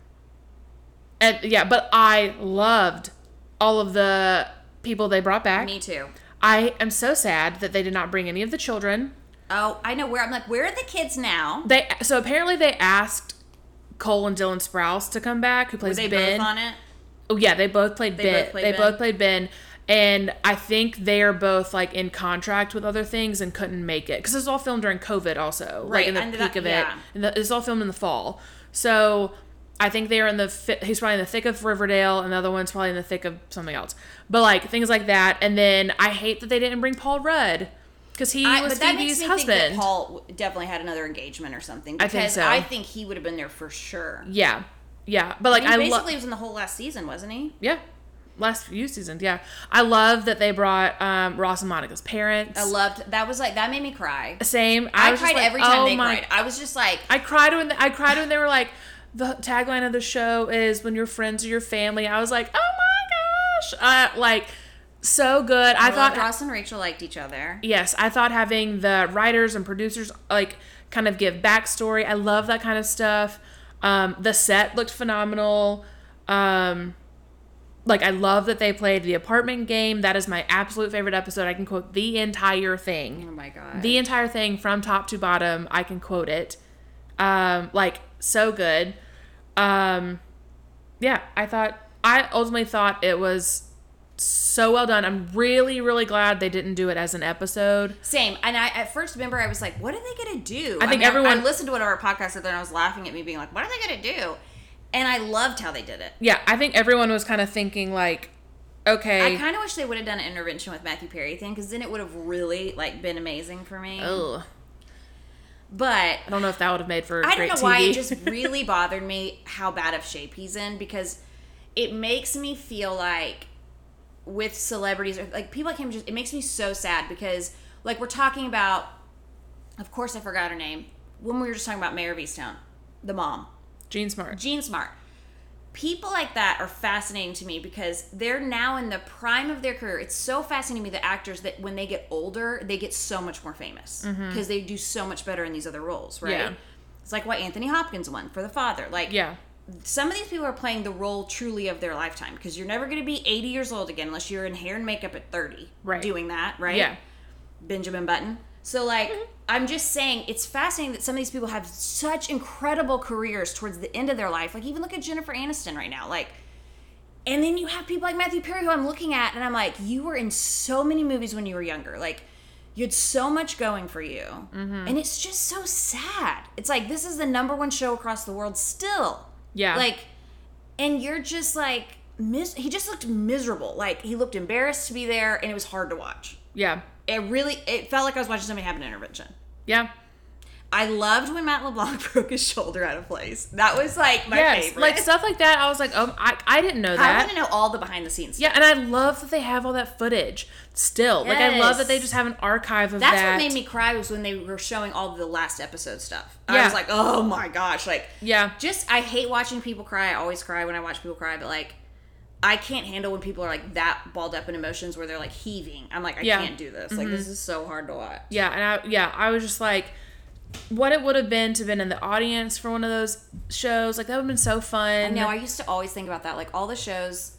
Speaker 1: and yeah but i loved all of the people they brought back
Speaker 2: me too.
Speaker 1: I am so sad that they did not bring any of the children.
Speaker 2: Oh, I know where. I'm like, where are the kids now?
Speaker 1: They so apparently they asked Cole and Dylan Sprouse to come back, who plays
Speaker 2: They
Speaker 1: Ben.
Speaker 2: both on it.
Speaker 1: oh yeah, they both played Ben.
Speaker 2: both played
Speaker 1: they
Speaker 2: Ben.
Speaker 1: both played Ben, and I think they are both like in contract with other things and couldn't make it because it was all filmed during COVID, also
Speaker 2: Right,
Speaker 1: like in the
Speaker 2: and
Speaker 1: peak
Speaker 2: that-
Speaker 1: of it.
Speaker 2: yeah.
Speaker 1: And the, it's all filmed in the fall, so I think they are in the fi- he's probably in the thick of Riverdale, and the other one's probably in the thick of something else. But like things like that, and then I hate that they didn't bring Paul Rudd because he
Speaker 2: I,
Speaker 1: was
Speaker 2: but that makes
Speaker 1: Phoebe's
Speaker 2: me
Speaker 1: husband.
Speaker 2: think that Paul w- definitely had another engagement or something.
Speaker 1: I think
Speaker 2: Because
Speaker 1: so.
Speaker 2: I think he would have been there for sure.
Speaker 1: Yeah, yeah, but like
Speaker 2: He
Speaker 1: I,
Speaker 2: basically
Speaker 1: love
Speaker 2: was in the whole last season, wasn't he?
Speaker 1: yeah, last few seasons. Yeah, I love that they brought um, Ross and Monica's parents.
Speaker 2: I loved that. Was like that made me cry.
Speaker 1: Same.
Speaker 2: I,
Speaker 1: was just
Speaker 2: cried
Speaker 1: like,
Speaker 2: every time
Speaker 1: oh
Speaker 2: they
Speaker 1: my-
Speaker 2: cried. I was just like,
Speaker 1: I cried when I cried when they were like the tagline of the show is when your friends are your family. I was like, oh my gosh, uh, like so good. I,
Speaker 2: I
Speaker 1: thought
Speaker 2: thought Ross and Rachel liked each other.
Speaker 1: yes, I thought having the writers and producers like kind of give backstory. I love that kind of stuff. Um, the set looked phenomenal. Um, like I love that they played the apartment game. That is my absolute favorite episode. I can quote the entire thing
Speaker 2: Oh my god.
Speaker 1: the entire thing from top to bottom i can quote it um like so good um yeah i thought i ultimately thought it was so well done i'm really really glad they didn't do it as an episode
Speaker 2: Same. And I at first remember I was like, what are they gonna do?
Speaker 1: I think
Speaker 2: mean,
Speaker 1: everyone-
Speaker 2: I listened to one of our podcasts and then I was laughing at me being like, what are they gonna do? And I loved how they did it.
Speaker 1: yeah i think everyone was kind of thinking like okay
Speaker 2: I kind of wish they would have done an intervention with Matthew Perry thing because then it would have really like been amazing for me.
Speaker 1: ugh.
Speaker 2: But
Speaker 1: I don't know if that would have made for
Speaker 2: I don't
Speaker 1: great
Speaker 2: know why
Speaker 1: TV.
Speaker 2: it just really bothered me how bad of shape he's in because it makes me feel like with celebrities or like people like him just it makes me so sad because like we're talking about of course I forgot her name when we were just talking about Mayor of Easttown, the mom.
Speaker 1: Gene Smart.
Speaker 2: Gene Smart. People like that are fascinating to me because they're now in the prime of their career. It's so fascinating to me the actors that when they get older, they get so much more famous because they do so much better in these other roles, right?
Speaker 1: Mm-hmm. Yeah.
Speaker 2: It's like what Anthony Hopkins won for The Father. Like,
Speaker 1: yeah.
Speaker 2: some of these people are playing the role truly of their lifetime because you're never going to be 80 years old again unless you're in hair and makeup at 30
Speaker 1: Right.
Speaker 2: doing that, right?
Speaker 1: Yeah.
Speaker 2: Benjamin Button. So like I'm just saying it's fascinating that some of these people have such incredible careers towards the end of their life. Like even look at Jennifer Aniston right now. Like and then you have people like Matthew Perry who I'm looking at and I'm like, you were in so many movies when you were younger. Like you had so much going for you. And it's just so sad. It's like this is the number one show across the world still.
Speaker 1: Yeah.
Speaker 2: Like and you're just like mis- he just looked miserable. Like he looked embarrassed to be there and it was hard to watch
Speaker 1: Yeah.
Speaker 2: it really it felt like I was watching somebody have an intervention.
Speaker 1: Yeah.
Speaker 2: I loved when Matt LeBlanc broke his shoulder out of place. That was like my
Speaker 1: yes.
Speaker 2: favorite.
Speaker 1: Like stuff like that. I was like, oh, I, I didn't know
Speaker 2: I
Speaker 1: that.
Speaker 2: want to know all the behind the scenes.
Speaker 1: Yeah, and I love that they have all that footage still. Like I love that they
Speaker 2: Yes.
Speaker 1: just have an archive of
Speaker 2: That's
Speaker 1: that.
Speaker 2: what made me cry was when they were showing all the last episode stuff. I
Speaker 1: Yeah.
Speaker 2: was like, oh my gosh, like
Speaker 1: Yeah.
Speaker 2: just I hate watching people cry. I always cry when I watch people cry, but like I can't handle when people are like that balled up in emotions where they're like heaving. I'm like, I
Speaker 1: Yeah. Mm-hmm.
Speaker 2: can't do this. Like this is so hard to watch.
Speaker 1: Yeah, and I yeah, I was just like what it would have been to have been in the audience for one of those shows. Like that would have been so fun.
Speaker 2: No, I used to always think about that. Like all the shows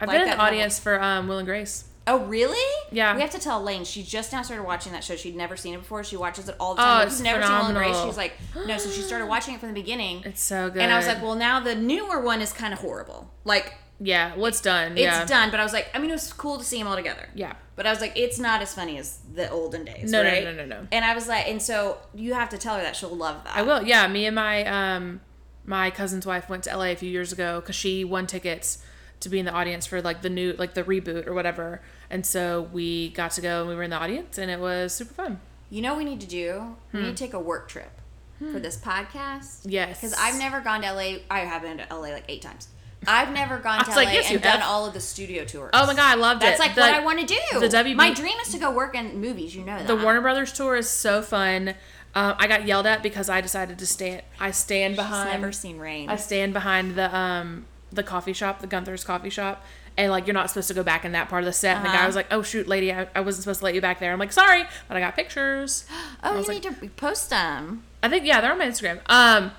Speaker 1: I've
Speaker 2: like
Speaker 1: been in
Speaker 2: that
Speaker 1: the audience for um Will and Grace.
Speaker 2: Oh, really?
Speaker 1: Yeah.
Speaker 2: We have to tell Elaine. She just now started watching that show. She'd never seen it before. She watches it all the time.
Speaker 1: Oh,
Speaker 2: She's
Speaker 1: it's
Speaker 2: never seen Will and Grace.
Speaker 1: phenomenal.
Speaker 2: She's like, no. So she started watching it from the beginning.
Speaker 1: It's so good.
Speaker 2: and I was like, well, now the newer one is kind of horrible. Like,
Speaker 1: Yeah, what's done?
Speaker 2: it's
Speaker 1: yeah.
Speaker 2: done. But I was like, I mean, it was cool to see them all together.
Speaker 1: Yeah.
Speaker 2: But I was like, it's not as funny as the olden days.
Speaker 1: No, no,
Speaker 2: right?
Speaker 1: no, no, no.
Speaker 2: And I was like, and so you have to tell her that she'll love that.
Speaker 1: I will. Yeah, me and my um my cousin's wife went to LA a few years ago cuz she won tickets to be in the audience for like the new like the reboot or whatever. And so we got to go and we were in the audience and it was super fun.
Speaker 2: You know what we need to do? We need to take a work trip for this podcast.
Speaker 1: Hmm. Yes.
Speaker 2: Because I've never gone to LA. I have been to LA like eight times. I've never gone to
Speaker 1: was
Speaker 2: LA
Speaker 1: like, yes, you
Speaker 2: and done
Speaker 1: have.
Speaker 2: all of the studio tours.
Speaker 1: Oh my god, I loved
Speaker 2: That's
Speaker 1: it.
Speaker 2: like
Speaker 1: The-
Speaker 2: what I want to do.
Speaker 1: the WB
Speaker 2: My dream is to go work in movies. You know that.
Speaker 1: The Warner Brothers tour is so fun. Um, I got yelled at because I decided to stand. I stand
Speaker 2: She's
Speaker 1: behind.
Speaker 2: never seen rain.
Speaker 1: I stand behind the um the coffee shop, the Gunther's coffee shop, and like you're not supposed to go back in that part of the set. And the
Speaker 2: Uh-huh.
Speaker 1: guy was like, "Oh shoot, lady, I, I wasn't supposed to let you back there." I'm like, "Sorry," but I got pictures. I
Speaker 2: oh, you
Speaker 1: was like-
Speaker 2: need to post them.
Speaker 1: I think yeah, they're on my Instagram. Um.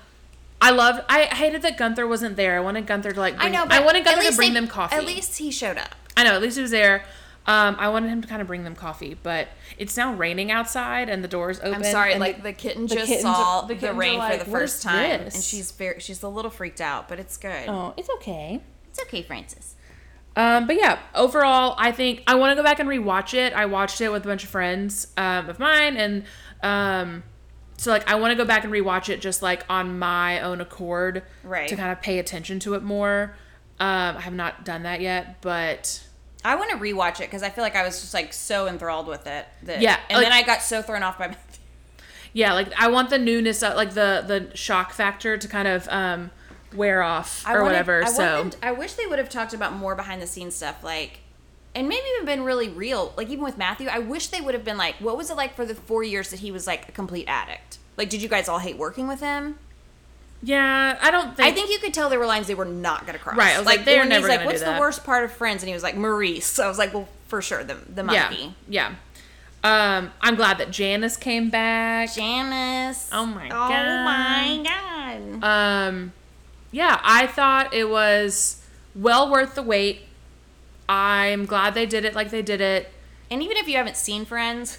Speaker 1: I loved. I hated that Gunther wasn't there. I wanted Gunther to like. Bring,
Speaker 2: I know. But
Speaker 1: I wanted
Speaker 2: at
Speaker 1: Gunther to
Speaker 2: least
Speaker 1: bring
Speaker 2: they-
Speaker 1: them coffee.
Speaker 2: At least he showed up.
Speaker 1: I know, at least he was there. Um, I wanted him to kind of bring them coffee, but it's now raining outside and the doors open.
Speaker 2: I'm sorry,
Speaker 1: and
Speaker 2: like the kitten
Speaker 1: the
Speaker 2: just
Speaker 1: kittens
Speaker 2: saw
Speaker 1: are- the
Speaker 2: the,
Speaker 1: kittens are
Speaker 2: rain
Speaker 1: like,
Speaker 2: for the
Speaker 1: "What
Speaker 2: first
Speaker 1: is
Speaker 2: time,
Speaker 1: this?"
Speaker 2: and she's very, she's a little freaked out, but it's good.
Speaker 1: oh, it's okay.
Speaker 2: It's okay, Francis.
Speaker 1: Um, but yeah, overall, I think I want to go back and rewatch it. I watched it with a bunch of friends um, of mine, and um, so like I want to go back and rewatch it just like on my own accord,
Speaker 2: Right.
Speaker 1: To kind of pay attention to it more. Um, I have not done that yet, but
Speaker 2: I want to rewatch it because I feel like I was just like so enthralled with it. That,
Speaker 1: Yeah,
Speaker 2: and then
Speaker 1: like-
Speaker 2: I got so thrown off by.
Speaker 1: yeah, like I want the newness, of, like the the shock factor to kind of um, wear off
Speaker 2: I
Speaker 1: or
Speaker 2: wanted-
Speaker 1: whatever.
Speaker 2: I
Speaker 1: so
Speaker 2: wanted- I wish they would have talked about more behind the scenes stuff, like, and maybe even been really real. Like even with Matthew, I wish they would have been like, what was it like for the four years that he was like a complete addict? Like, did you guys all hate working with him?
Speaker 1: Yeah, I don't think.
Speaker 2: I think you could tell there were lines they were not going to cross.
Speaker 1: Right, I was like, they're
Speaker 2: when
Speaker 1: never
Speaker 2: he's like,
Speaker 1: gonna do
Speaker 2: what's the
Speaker 1: that."
Speaker 2: worst part of Friends? And he was like, Maurice. So I was like, well, for sure, the
Speaker 1: Yeah,
Speaker 2: the monkey.
Speaker 1: yeah. Um, I'm glad that Janice came back.
Speaker 2: Janice.
Speaker 1: Oh my
Speaker 2: Oh
Speaker 1: God.
Speaker 2: my god.
Speaker 1: Um, yeah, I thought it was well worth the wait. I'm glad they did it like they did it.
Speaker 2: And even if you haven't seen Friends,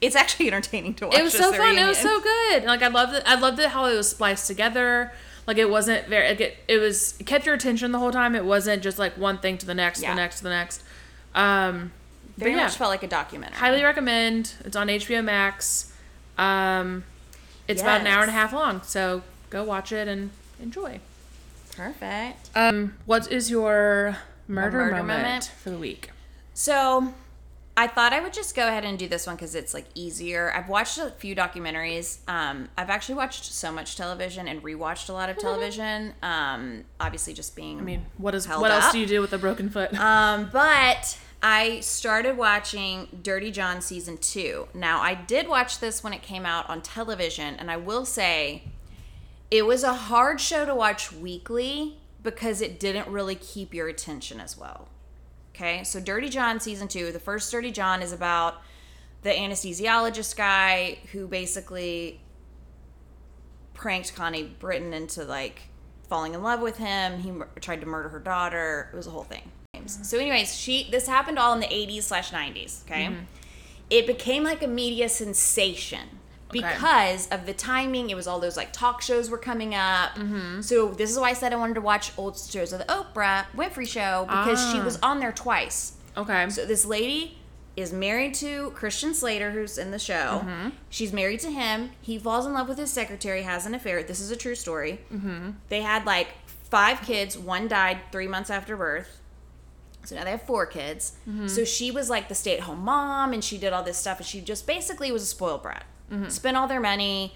Speaker 2: it's actually entertaining to watch.
Speaker 1: It was
Speaker 2: just
Speaker 1: so
Speaker 2: the
Speaker 1: fun. It was so
Speaker 2: reunion.
Speaker 1: good. Like I loved it. I loved it how it was spliced together. Like it wasn't very. Like it, it was it kept your attention the whole time. It wasn't just like one thing to the next,
Speaker 2: Yeah.
Speaker 1: the next, to the next. Um,
Speaker 2: Very
Speaker 1: but yeah,
Speaker 2: much felt like a documentary.
Speaker 1: highly recommend. It's on HBO Max. Um, it's about an hour and a
Speaker 2: Yes.
Speaker 1: half long, so go watch it and enjoy.
Speaker 2: Perfect.
Speaker 1: Um, what is your murder,
Speaker 2: murder
Speaker 1: moment,
Speaker 2: moment?
Speaker 1: for the week?
Speaker 2: So, I thought I would just go ahead and do this one because it's like easier. I've watched a few documentaries. Um, I've actually watched so much television and rewatched a lot of television. Um, obviously, just being.
Speaker 1: I mean, what is
Speaker 2: Held
Speaker 1: what else
Speaker 2: up.
Speaker 1: do you do with a broken foot?
Speaker 2: Um, but I started watching Dirty John season two. Now I did watch this when it came out on television, and I will say it was a hard show to watch weekly because it didn't really keep your attention as well. Okay, so Dirty John season two, the first Dirty John is about the anesthesiologist guy who basically pranked Connie Britton into like falling in love with him. He mur- tried to murder her daughter. It was a whole thing. So, anyways, she this happened all in the 80s slash 90s. Okay,
Speaker 1: Mm-hmm.
Speaker 2: it became like a media sensation
Speaker 1: Okay.
Speaker 2: because of the timing. It was all those like talk shows were coming up.
Speaker 1: Mm-hmm.
Speaker 2: So this is why I said I wanted to watch old shows of the Oprah Winfrey Show because she
Speaker 1: Ah.
Speaker 2: was on there twice.
Speaker 1: okay.
Speaker 2: So this lady is married to Christian Slater, who's in the show. She's married to him. He falls in love with his secretary, has an affair. This is a true story. They had like five kids. One died three months after birth. So now they have four kids. So she was like the stay at home mom and she did all this stuff. And she just basically was a spoiled brat. Spent all their money,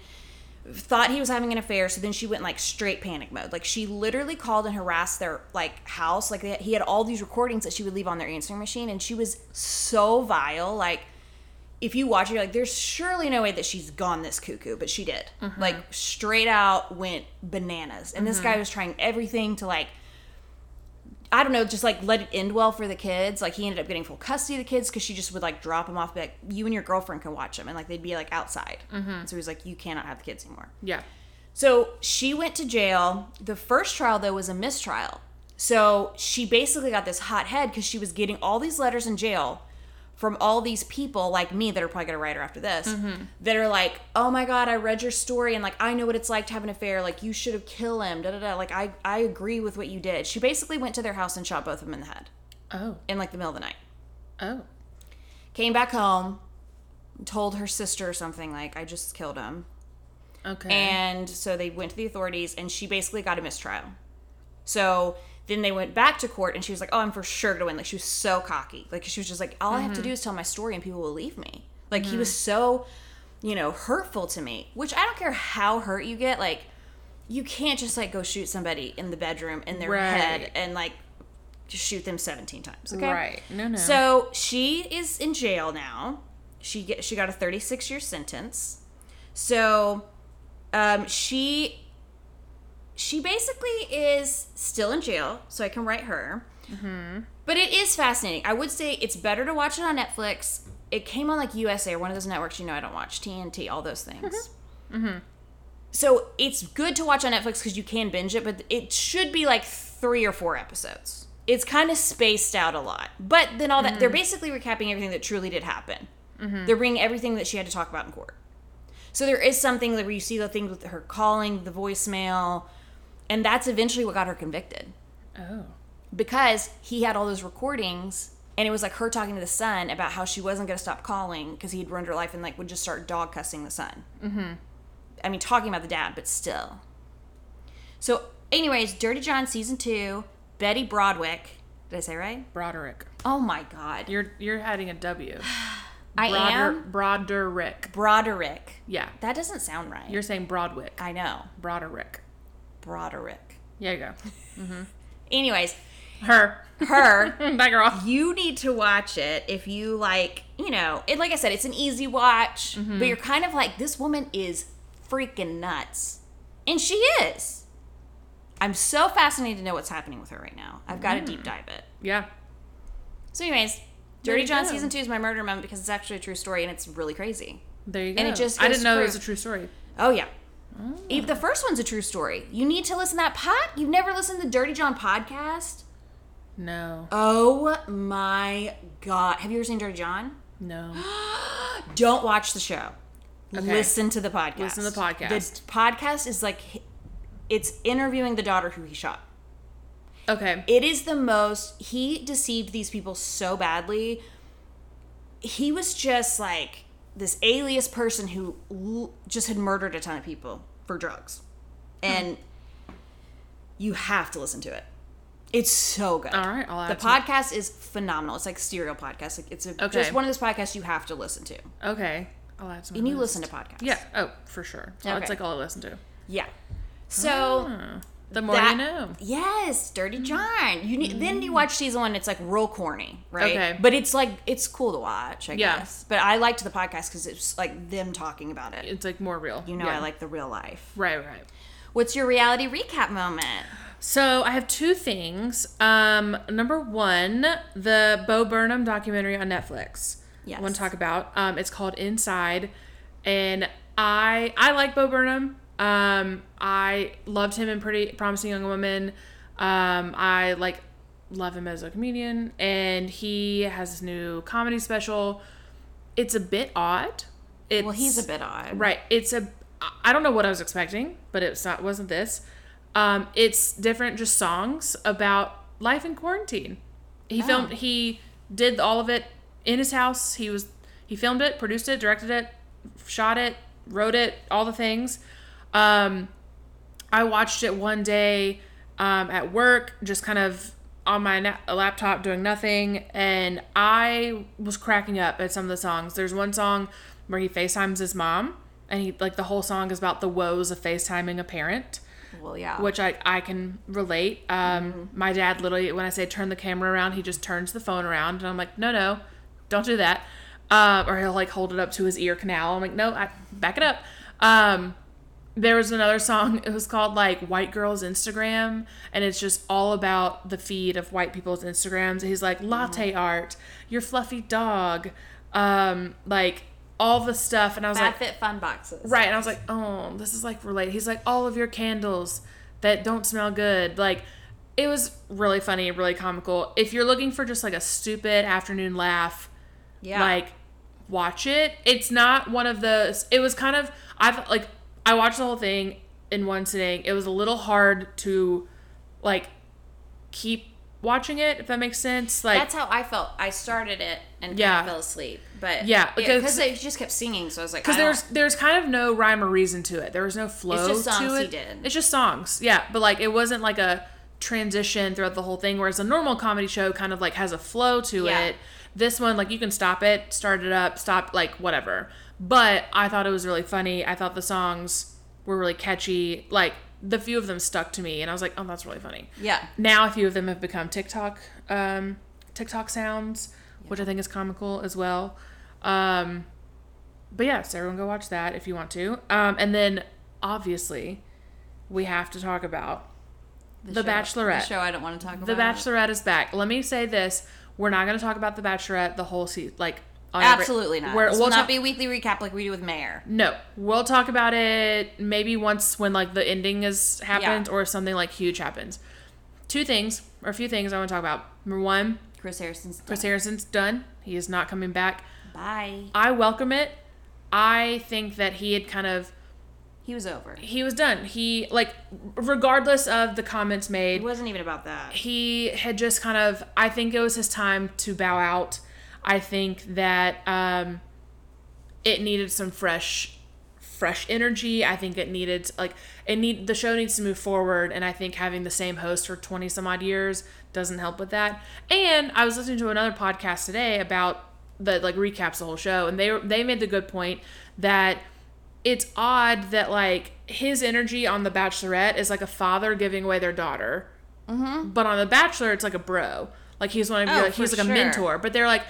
Speaker 2: thought he was having an affair. So then she went like straight panic mode. Like she literally called and harassed their like house. Like they, he had all these recordings that she would leave on their answering machine. And she was so vile. Like if you watch it, you're like, there's surely no way that she's gone this cuckoo, but she did. Like straight out went bananas. And this guy was trying everything to like I don't know, just like let it end well for the kids. Like he ended up getting full custody of the kids because she just would like drop them off, be like, you and your girlfriend can watch them. And like they'd be like outside. Mm-hmm. So he's like, you cannot have the kids anymore.
Speaker 1: yeah.
Speaker 2: So she went to jail. The first trial, though, was a mistrial. So she basically got this hot head because she was getting all these letters in jail from all these people like me that are probably going to write her after this that are like, oh my God, I read your story and like I know what it's like to have an affair. Like you should have killed him. Da da da. Like I, I agree with what you did. She basically went to their house and shot both of them in the head
Speaker 1: Oh.
Speaker 2: in like the middle of the night
Speaker 1: Oh.
Speaker 2: came back home told her sister or something like i just killed him
Speaker 1: Okay.
Speaker 2: and so they went to the authorities and she basically got a mistrial so then they went back to court and she was like oh i'm for sure gonna win like she was so cocky like she was just like all i have to do
Speaker 1: Mm-hmm.
Speaker 2: is tell my story and people will leave me like he was so you know hurtful to me which i don't care how hurt you get like you can't just like go shoot somebody in the bedroom in their
Speaker 1: Right.
Speaker 2: head and like just shoot them 17 times okay
Speaker 1: Right. No, no.
Speaker 2: so she is in jail now. She get, she got a 36 year sentence. So um, she she basically is still in jail. So I can write her.
Speaker 1: Mm-hmm.
Speaker 2: But it is fascinating. I would say it's better to watch it on Netflix. It came on like USA or one of those networks you know I don't watch TNT, all those things.
Speaker 1: Mm-hmm.
Speaker 2: So it's good to watch on Netflix because you can binge it, but it should be like three or four episodes. It's kind of spaced out a lot, but then all that they're basically recapping everything that truly did happen. They're bringing everything that she had to talk about in court. So there is something like where you see the things with her calling the voicemail, and that's eventually what got her convicted
Speaker 1: oh.
Speaker 2: because he had all those recordings and it was like her talking to the son about how she wasn't going to stop calling because he'd ruined her life and like would just start dog cussing the son mm-hmm. i mean talking about the dad but still so anyways dirty john season two betty broadwick did i say right
Speaker 1: Broderick.
Speaker 2: oh my god
Speaker 1: You're you're adding a W.
Speaker 2: i am
Speaker 1: Broderick.
Speaker 2: broderick
Speaker 1: Yeah.
Speaker 2: that doesn't sound right
Speaker 1: You're saying Broadwick.
Speaker 2: i know
Speaker 1: Broderick.
Speaker 2: broderick
Speaker 1: Yeah, you go.
Speaker 2: anyways
Speaker 1: Her.
Speaker 2: her
Speaker 1: that girl.
Speaker 2: you need to watch it if you like you know it like i said it's an easy watch
Speaker 1: Mm-hmm.
Speaker 2: but you're kind of like this woman is freaking nuts and she is i'm so fascinated to know what's happening with her right now i've got to deep dive it
Speaker 1: Yeah.
Speaker 2: so anyways
Speaker 1: Mm. There
Speaker 2: dirty
Speaker 1: you
Speaker 2: john
Speaker 1: go.
Speaker 2: season two is my murder moment because it's actually a true story and it's really crazy
Speaker 1: There you go.
Speaker 2: And it just
Speaker 1: I
Speaker 2: goes
Speaker 1: didn't know it was a
Speaker 2: through.
Speaker 1: true story.
Speaker 2: oh yeah Eve, the first one's a true story you need to listen to that pod you've never listened to the dirty john podcast
Speaker 1: No.
Speaker 2: oh my god have you ever seen dirty john
Speaker 1: No.
Speaker 2: Don't watch the show.
Speaker 1: Okay.
Speaker 2: Listen to the podcast.
Speaker 1: Listen to the podcast.
Speaker 2: The podcast is like it's interviewing the daughter who he shot.
Speaker 1: Okay.
Speaker 2: It is the most he deceived these people so badly. He was just like this alias person who l- just had murdered a ton of
Speaker 1: Hmm.
Speaker 2: people for drugs. And you have to listen to it. It's so good.
Speaker 1: All right, I'll add
Speaker 2: the
Speaker 1: to-
Speaker 2: podcast is phenomenal. It's like serial podcast. Like it's a,
Speaker 1: Okay.
Speaker 2: just one of those podcasts you have to listen to.
Speaker 1: Okay. I'll add some.
Speaker 2: And you listen to podcasts.
Speaker 1: Yeah. Oh, for sure. That's
Speaker 2: Okay.
Speaker 1: like all I listen to.
Speaker 2: Yeah. So
Speaker 1: Hmm. The more
Speaker 2: that-
Speaker 1: you know.
Speaker 2: Yes, Dirty
Speaker 1: Hmm.
Speaker 2: John. You need, then you watch season one. It's like real corny, right?
Speaker 1: Okay.
Speaker 2: But it's like it's cool to watch, I
Speaker 1: Yeah.
Speaker 2: guess. But I liked the podcast because it's like them talking about it.
Speaker 1: It's like more real.
Speaker 2: You know,
Speaker 1: Yeah.
Speaker 2: I like the real life.
Speaker 1: Right, right.
Speaker 2: What's your reality recap moment?
Speaker 1: So I have two things. Um, number one, the Bo Burnham documentary on Netflix.
Speaker 2: Yes.
Speaker 1: I want to talk about. Um, it's called Inside, and I I like Bo Burnham. Um, I loved him in Pretty Promising Young Woman. Um, I like love him as a comedian, and he has this new comedy special. It's a bit odd. It's,
Speaker 2: Well, he's a bit odd.
Speaker 1: Right. It's a. I don't know what I was expecting, but it's not. Wasn't this? Um, it's different. Just songs about life in quarantine. He
Speaker 2: Oh.
Speaker 1: filmed. He did all of it in his house. He was. He filmed it, produced it, directed it, shot it, wrote it, all the things. Um, I watched it one day um, at work, just kind of on my na- laptop doing nothing, and I was cracking up at some of the songs. There's one song where he FaceTimes his mom, and he like the whole song is about the woes of FaceTiming a parent
Speaker 2: Well, yeah. Mm-hmm.
Speaker 1: which I, I can relate. Um, My dad literally, when I say turn the camera around, he just turns the phone around, and I'm like, no, no, don't do that. Uh, or he'll like hold it up to his ear canal. I'm like, no, I back it up. Um, there was another song. It was called like White Girls Instagram, and it's just all about the feed of white people's Instagrams. He's like
Speaker 2: Mm-hmm.
Speaker 1: latte art, your fluffy dog, um, like all the stuff, and I was like,
Speaker 2: Bad Fit Fun Boxes.
Speaker 1: Right. And I was like, oh, this is like related. He's like, all of your candles that don't smell good. Like, it was really funny, really comical. If you're looking for just like a stupid afternoon laugh,
Speaker 2: Yeah.
Speaker 1: like, watch it. It's not one of those. It was kind of, I've like, I watched the whole thing in one sitting. It was a little hard to, like, keep watching it, if that makes sense. Like,
Speaker 2: That's how I felt. I started it and yeah.
Speaker 1: Yeah.
Speaker 2: kind of fell asleep. But
Speaker 1: Yeah, because-
Speaker 2: because they just kept singing, so I was like,
Speaker 1: because
Speaker 2: I don't-
Speaker 1: there's there's kind of no rhyme or reason to it. There was no flow.
Speaker 2: just songs
Speaker 1: to
Speaker 2: he
Speaker 1: it.
Speaker 2: did.
Speaker 1: It's just songs, yeah. But like it wasn't like a transition throughout the whole thing. Whereas a normal comedy show kind of like has a flow to
Speaker 2: Yeah.
Speaker 1: it. This one, like you can stop it, start it up, stop like whatever. But I thought it was really funny. I thought the songs were really catchy. Like the few of them stuck to me, and I was like, oh, that's really funny.
Speaker 2: yeah.
Speaker 1: Now a few of them have become TikTok um, TikTok sounds, which I think is comical as well. Um, but yeah, so everyone go watch that if you want to. Um, and then obviously we have to talk about The
Speaker 2: show-
Speaker 1: Bachelorette.
Speaker 2: The show I don't want to talk about.
Speaker 1: The Bachelorette is back. Let me say this: we're not going to talk about The Bachelorette the whole season. Like on every-
Speaker 2: Absolutely not.
Speaker 1: We're,
Speaker 2: this
Speaker 1: we'll
Speaker 2: will not
Speaker 1: talk-
Speaker 2: be a weekly recap like we do with Mayor.
Speaker 1: No, we'll talk about it maybe once when like the ending is happened or something like huge happens. Two things or a few things I want to talk about. Number one,
Speaker 2: Chris Harrison's.
Speaker 1: Chris Harrison's done. He is not coming back.
Speaker 2: Bye.
Speaker 1: I welcome it. I think that he had kind of
Speaker 2: He was over.
Speaker 1: he was done. He like regardless of the comments made,
Speaker 2: It wasn't even about that.
Speaker 1: he had just kind of i think it was his time to bow out i think that um it needed some fresh fresh energy i think it needed like it need the show needs to move forward and i think having the same host for 20 some odd years doesn't help with that and i was listening to another podcast today about that like recaps the whole show and they were- they made the good point that it's odd that like his energy on the bachelorette is like a father giving away their daughter but on The Bachelor, it's like a bro. Like he's one of
Speaker 2: Mm-hmm. Oh,
Speaker 1: your, like
Speaker 2: for
Speaker 1: he's like
Speaker 2: sure.
Speaker 1: a mentor. But they're like,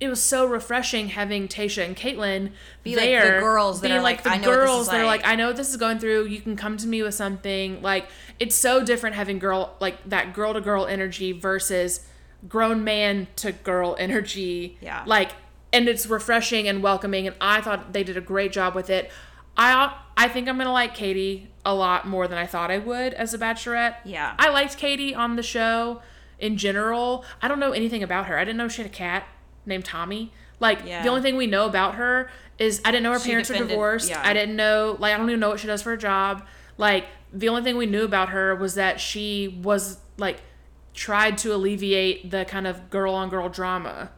Speaker 1: it was so refreshing having Tasha and Caitlyn
Speaker 2: Be like the
Speaker 1: there.
Speaker 2: girls that
Speaker 1: be
Speaker 2: are like, "I know what this is
Speaker 1: that are
Speaker 2: like."
Speaker 1: like, I know what this is going through. You can come to me with something. Like it's so different having girl like that girl to girl energy versus grown man to girl energy.
Speaker 2: Yeah.
Speaker 1: Like, and it's refreshing and welcoming. And I thought they did a great job with it. I I think I'm gonna like Katie a lot more than I thought I would as a Bachelorette.
Speaker 2: Yeah.
Speaker 1: I liked Katie on the show in general. I don't know anything about her. I didn't know she had a cat named Tommy. Like
Speaker 2: Yeah.
Speaker 1: the only thing we know about her is I didn't know her
Speaker 2: She
Speaker 1: parents
Speaker 2: defended-
Speaker 1: were divorced.
Speaker 2: yeah.
Speaker 1: I didn't know like I don't even know what she does for a job. Like the only thing we knew about her was that she was like tried to alleviate the kind of girl on girl drama.